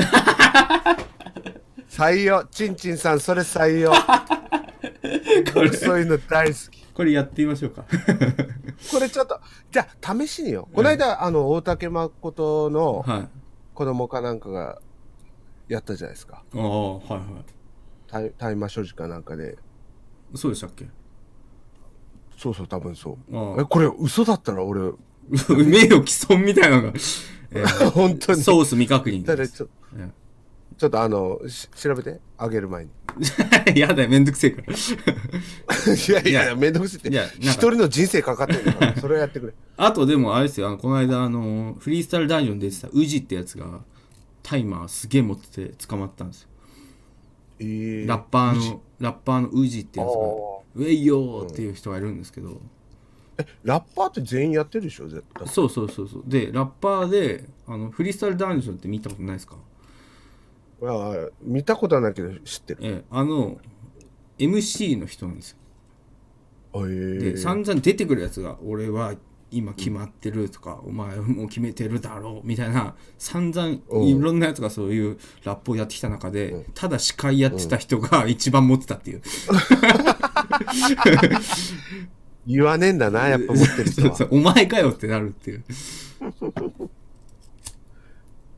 S2: 採用、ちんちんさん、それ採用。
S1: これ、
S2: そういうの大好き。
S1: これやってみましょうか。
S2: これちょっと、じゃあ試しによ。この間、あの、大竹誠の
S1: はい。
S2: 子供かなんかがやったじゃないですか。
S1: ああ、はいは
S2: 大大麻所持かなんかで。
S1: い。そうでしたっけ
S2: そうそう、多分そう。
S1: ああ
S2: え、これ嘘だったら俺、
S1: 名誉毀損みたいなのが、えー
S2: 本当に。
S1: ソース未確認
S2: だか
S1: で
S2: ら
S1: す。
S2: ちょ
S1: ええ
S2: ちょっとあの、し調べて、あげ る前に。
S1: やだよ、めんどくせえから。
S2: いやいやいや、めんどくせえって。
S1: いやなんか
S2: 一人の人生かかって るから、それやってくれ。
S1: あとでもあれですよ、あのこの間あの、フリースタイルダンジョンで出てた宇治ってやつが、タイマーすげえ持ってて捕まったんですよ。
S2: ええ
S1: ラッパーの、ラッパーの宇治ってやつが
S2: ああ、
S1: ウェイヨーっていう人がいるんですけど、
S2: ラッパーって全員やってるでしょ、絶対。
S1: そうそうそうそう。で、ラッパーで、あのフリースタイルダンジョンって見たことないですか
S2: いやいや見たことはないけど、知ってる。
S1: ええ、あの、MC の人なんですよ。
S2: あええ
S1: で、散々出てくるやつが、俺は今決まってるとか、お前はもう決めてるだろうみたいな、散々い
S2: うん
S1: ろんなやつがそういうラップをやってきた中で、ただ司会やってた人が一番持ってたっていう。
S2: 言わねえんだな、やっぱ持ってる人は。
S1: そうそうお前かよってなるっていう。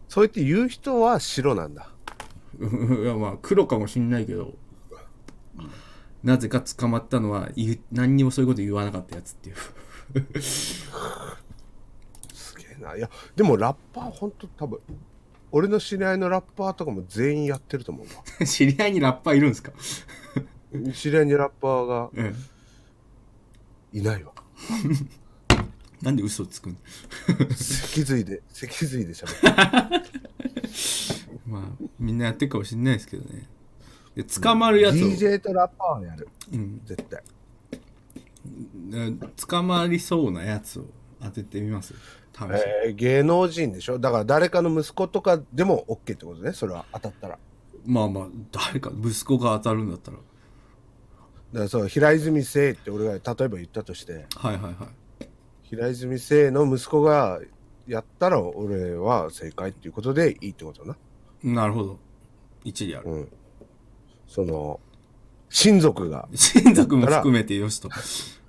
S2: そうやって言う人は白なんだ。
S1: いやまあ黒かもしんないけどなぜか捕まったのは言う何にもそういうこと言わなかったやつっていう
S2: すげえな。いや、でもラッパー、ほんと多分、俺の知り合いのラッパーとかも全員やってると思う
S1: 知り合いにラッパーいるんですか、
S2: わ。知り合いにラッパーが
S1: ええ、
S2: いな いわ。
S1: なんで嘘つくん
S2: 脊髄で、脊髄で喋る。
S1: まあみんなやってるかもしんないですけどねで捕まるやつを、
S2: DJ とラッパーはやる。
S1: うん
S2: 絶対。
S1: で捕まりそうなやつを当ててみます試しに、
S2: えー芸能人でしょだから誰かの息子とかでも OK ってことね。それは当たったら。
S1: まあまあ誰か息子が当たるんだったら
S2: だからそう平泉聖って俺が例えば言ったとして
S1: はいはいはい
S2: 平泉聖の息子がやったら俺は正解っていうことでいいってことな
S1: なるほど一理ある、
S2: うんその親族が
S1: 親族も含めてよしと、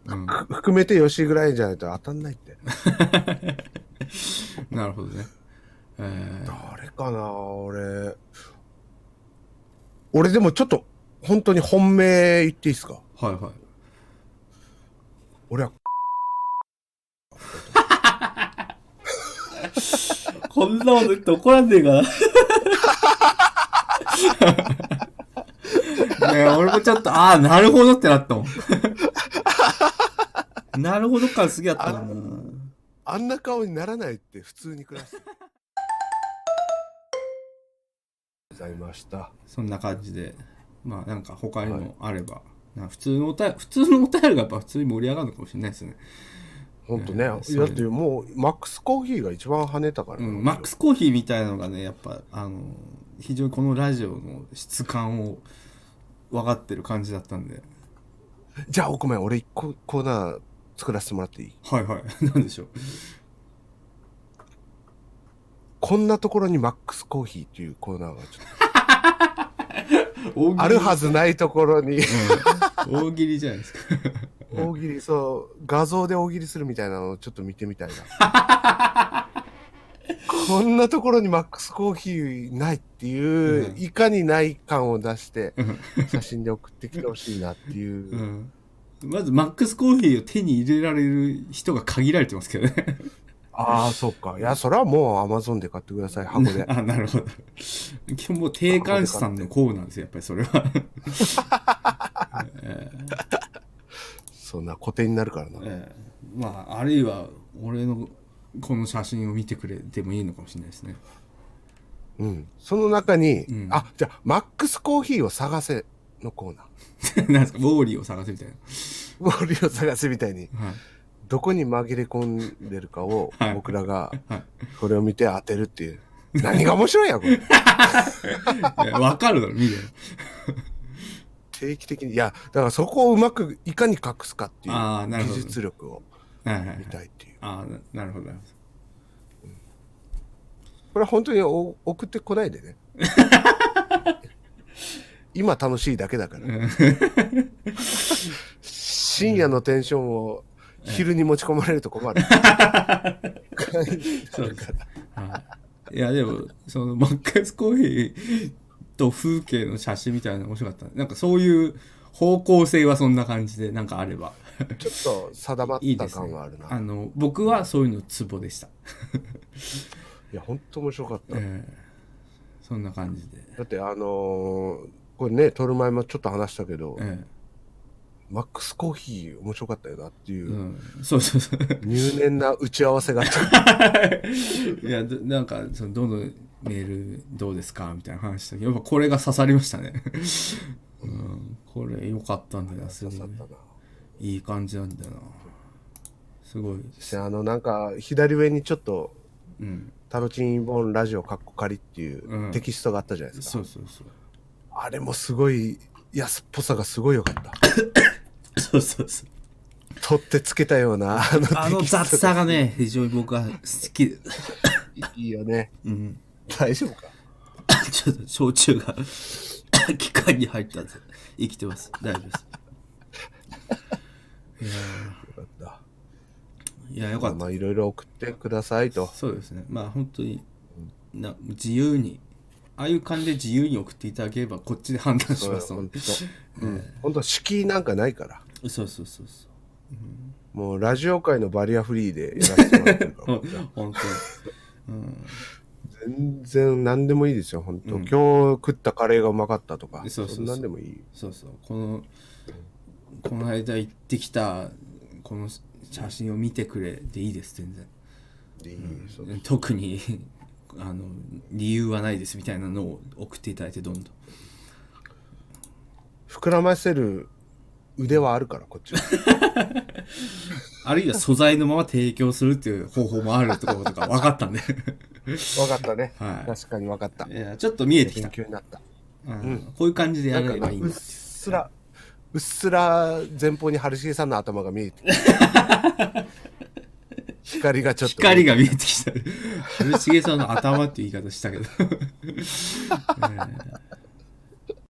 S1: うん、
S2: ふ含めてよしぐらいじゃないと当たんないって
S1: なるほどね。えー、
S2: 誰かな俺俺でもちょっと本当に本命言っていいですか
S1: はいはい。
S2: 俺は
S1: こんなこと言って怒らんねえかな。ねえ俺もちょっと、ああ、なるほどってなったもん。 なるほど感すぎやったもん
S2: あんな顔にならないって普通に 暮らしてるございました
S1: な。そんな感じで。まあなんか他にもあれば。なんか普通のお便り、普通のお便りがやっぱ普通に盛り上がるのかもしれないですね。
S2: ほんとね、
S1: うんそう
S2: だってもうマックスコーヒーが一番跳ねたか
S1: う
S2: ら、
S1: ん、マックスコーヒーみたいなのがね、やっぱ、あの、非常にこのラジオの質感を分かってる感じだったんで。
S2: じゃあごめん俺一個コーナー作らせてもらっていい
S1: はいはい。 なんでしょう。
S2: こんなところにマックスコーヒーっていうコーナーがちょっ
S1: 大
S2: とあるはずないところに
S1: 大喜利じゃないですか。
S2: 大喜利そう画像で大喜利するみたいなのをちょっと見てみたいな こんなところにマックスコーヒーないっていう、
S1: うん
S2: いかにない感を出して写真で送ってきてほしいなっていう、
S1: うん。まず、マックスコーヒーを手に入れられる人が限られてますけどね。
S2: ああそっかいやそれはもうアマゾンで買ってください箱で
S1: あ、なるほど。基本もう定冠詞さんのコーナーですよ、やっぱりそれは。
S2: そんな固定になるからな。
S1: ええまああるいは俺のこの写真を見てくれてもいいのかもしれないですね
S2: うん。その中に、
S1: ん
S2: あ、じゃあ、マックスコーヒーを探せのコーナー。
S1: なんですかウォーリーを探せみたい
S2: ウォーリーを探せみたいに、
S1: な、はい、
S2: どこに紛れ込んでるかを
S1: はい、
S2: 僕らが
S1: はい、
S2: これを見て当てるっていう。何が面白いんや、これ。
S1: いやわかるだろ見て
S2: 定期的に。いや、だからそこをうまくいかに隠すかっていう
S1: あーなるほ
S2: 技
S1: ど
S2: 術力を
S1: はいはい、は
S2: 見
S1: い、
S2: たいっていう。
S1: ああななるほどなるほど
S2: これは本当にお送ってこない でね。今楽しいだけだから。深夜のテンションを昼に持ち込まれると 困る。
S1: そうですはい、いやでもそのマックスコーヒーと風景の写真みたいなの面白かったなんかそういう方向性はそんな感じでなんかあれば
S2: ちょっと定まっ
S1: いい
S2: た
S1: ですね
S2: 感はあるな。い
S1: あの僕はそういうのツボでした、
S2: や、本当面白かった。
S1: ええそんな感じで、
S2: だって、あのーこれね、撮る前もちょっと話したけど、
S1: え
S2: マックスコーヒー面白かったよなってい
S1: えう
S2: う、
S1: ん、そうそうそう
S2: 入念な打ち合わせがあった。
S1: いやどなんかそのどのメールどうですかみたいな話したけどやっぱこれが刺さりましたね、うん、これ良かったんだよす
S2: 刺
S1: ごい
S2: さったな。
S1: いい感じなんだよなすごいです
S2: であの、なんか、左上にちょっと、
S1: うん
S2: タロチンボンラジオカッコ仮っていううんテキストがあったじゃないですか。
S1: そうそうそう
S2: あれもすごい、安っぽさがすごい良かった。
S1: そうそうそう
S2: 取ってつけたような、あの
S1: あの
S2: テキスト
S1: 雑さがね非常に僕は好きで
S2: いいよね。
S1: うん
S2: 大丈夫か
S1: ちょっと焼酎が 機械に入ったんで生きてます大丈夫です
S2: よかった。
S1: いやよかった
S2: まあ、いろいろ送ってくださいと。
S1: そうですねまあ本当にな自由にああいう感じで自由に送っていただければこっちで判断します
S2: ほ
S1: の
S2: ん
S1: で
S2: と。うん。ほんと、敷居なんかないから。
S1: そうそうそうそ
S2: もう、ラジオ界のバリアフリーでやらせてもらってるか
S1: う
S2: ら。
S1: 本当に
S2: 全然何でもいいですよ、本当、今日食ったカレーがうまかったとか。
S1: そうそうそうん
S2: なんでもいい。
S1: そうそうこのこの間行ってきたこの写真を見てくれでいいです全然
S2: でいいそう
S1: 特にあの理由はないですみたいなのを送っていただいてどんどん
S2: 膨らませる腕はあるから、こっちは。
S1: あるいは素材のまま提供するっていう方法もあるってことが分かったんで
S2: わか ったね。
S1: はい
S2: 確かにわかった
S1: い。やちょっと見えてき
S2: 勉
S1: た、
S2: 強になった。
S1: うんこういう感じでや
S2: なん
S1: れ
S2: か
S1: ばいいん
S2: う
S1: で
S2: っ
S1: す
S2: すら、うっすら前方に春重さんの頭が見えてきた。 光がちょっと。
S1: 光が見えて きた。春重さんの頭っていう言い方したけど。ええ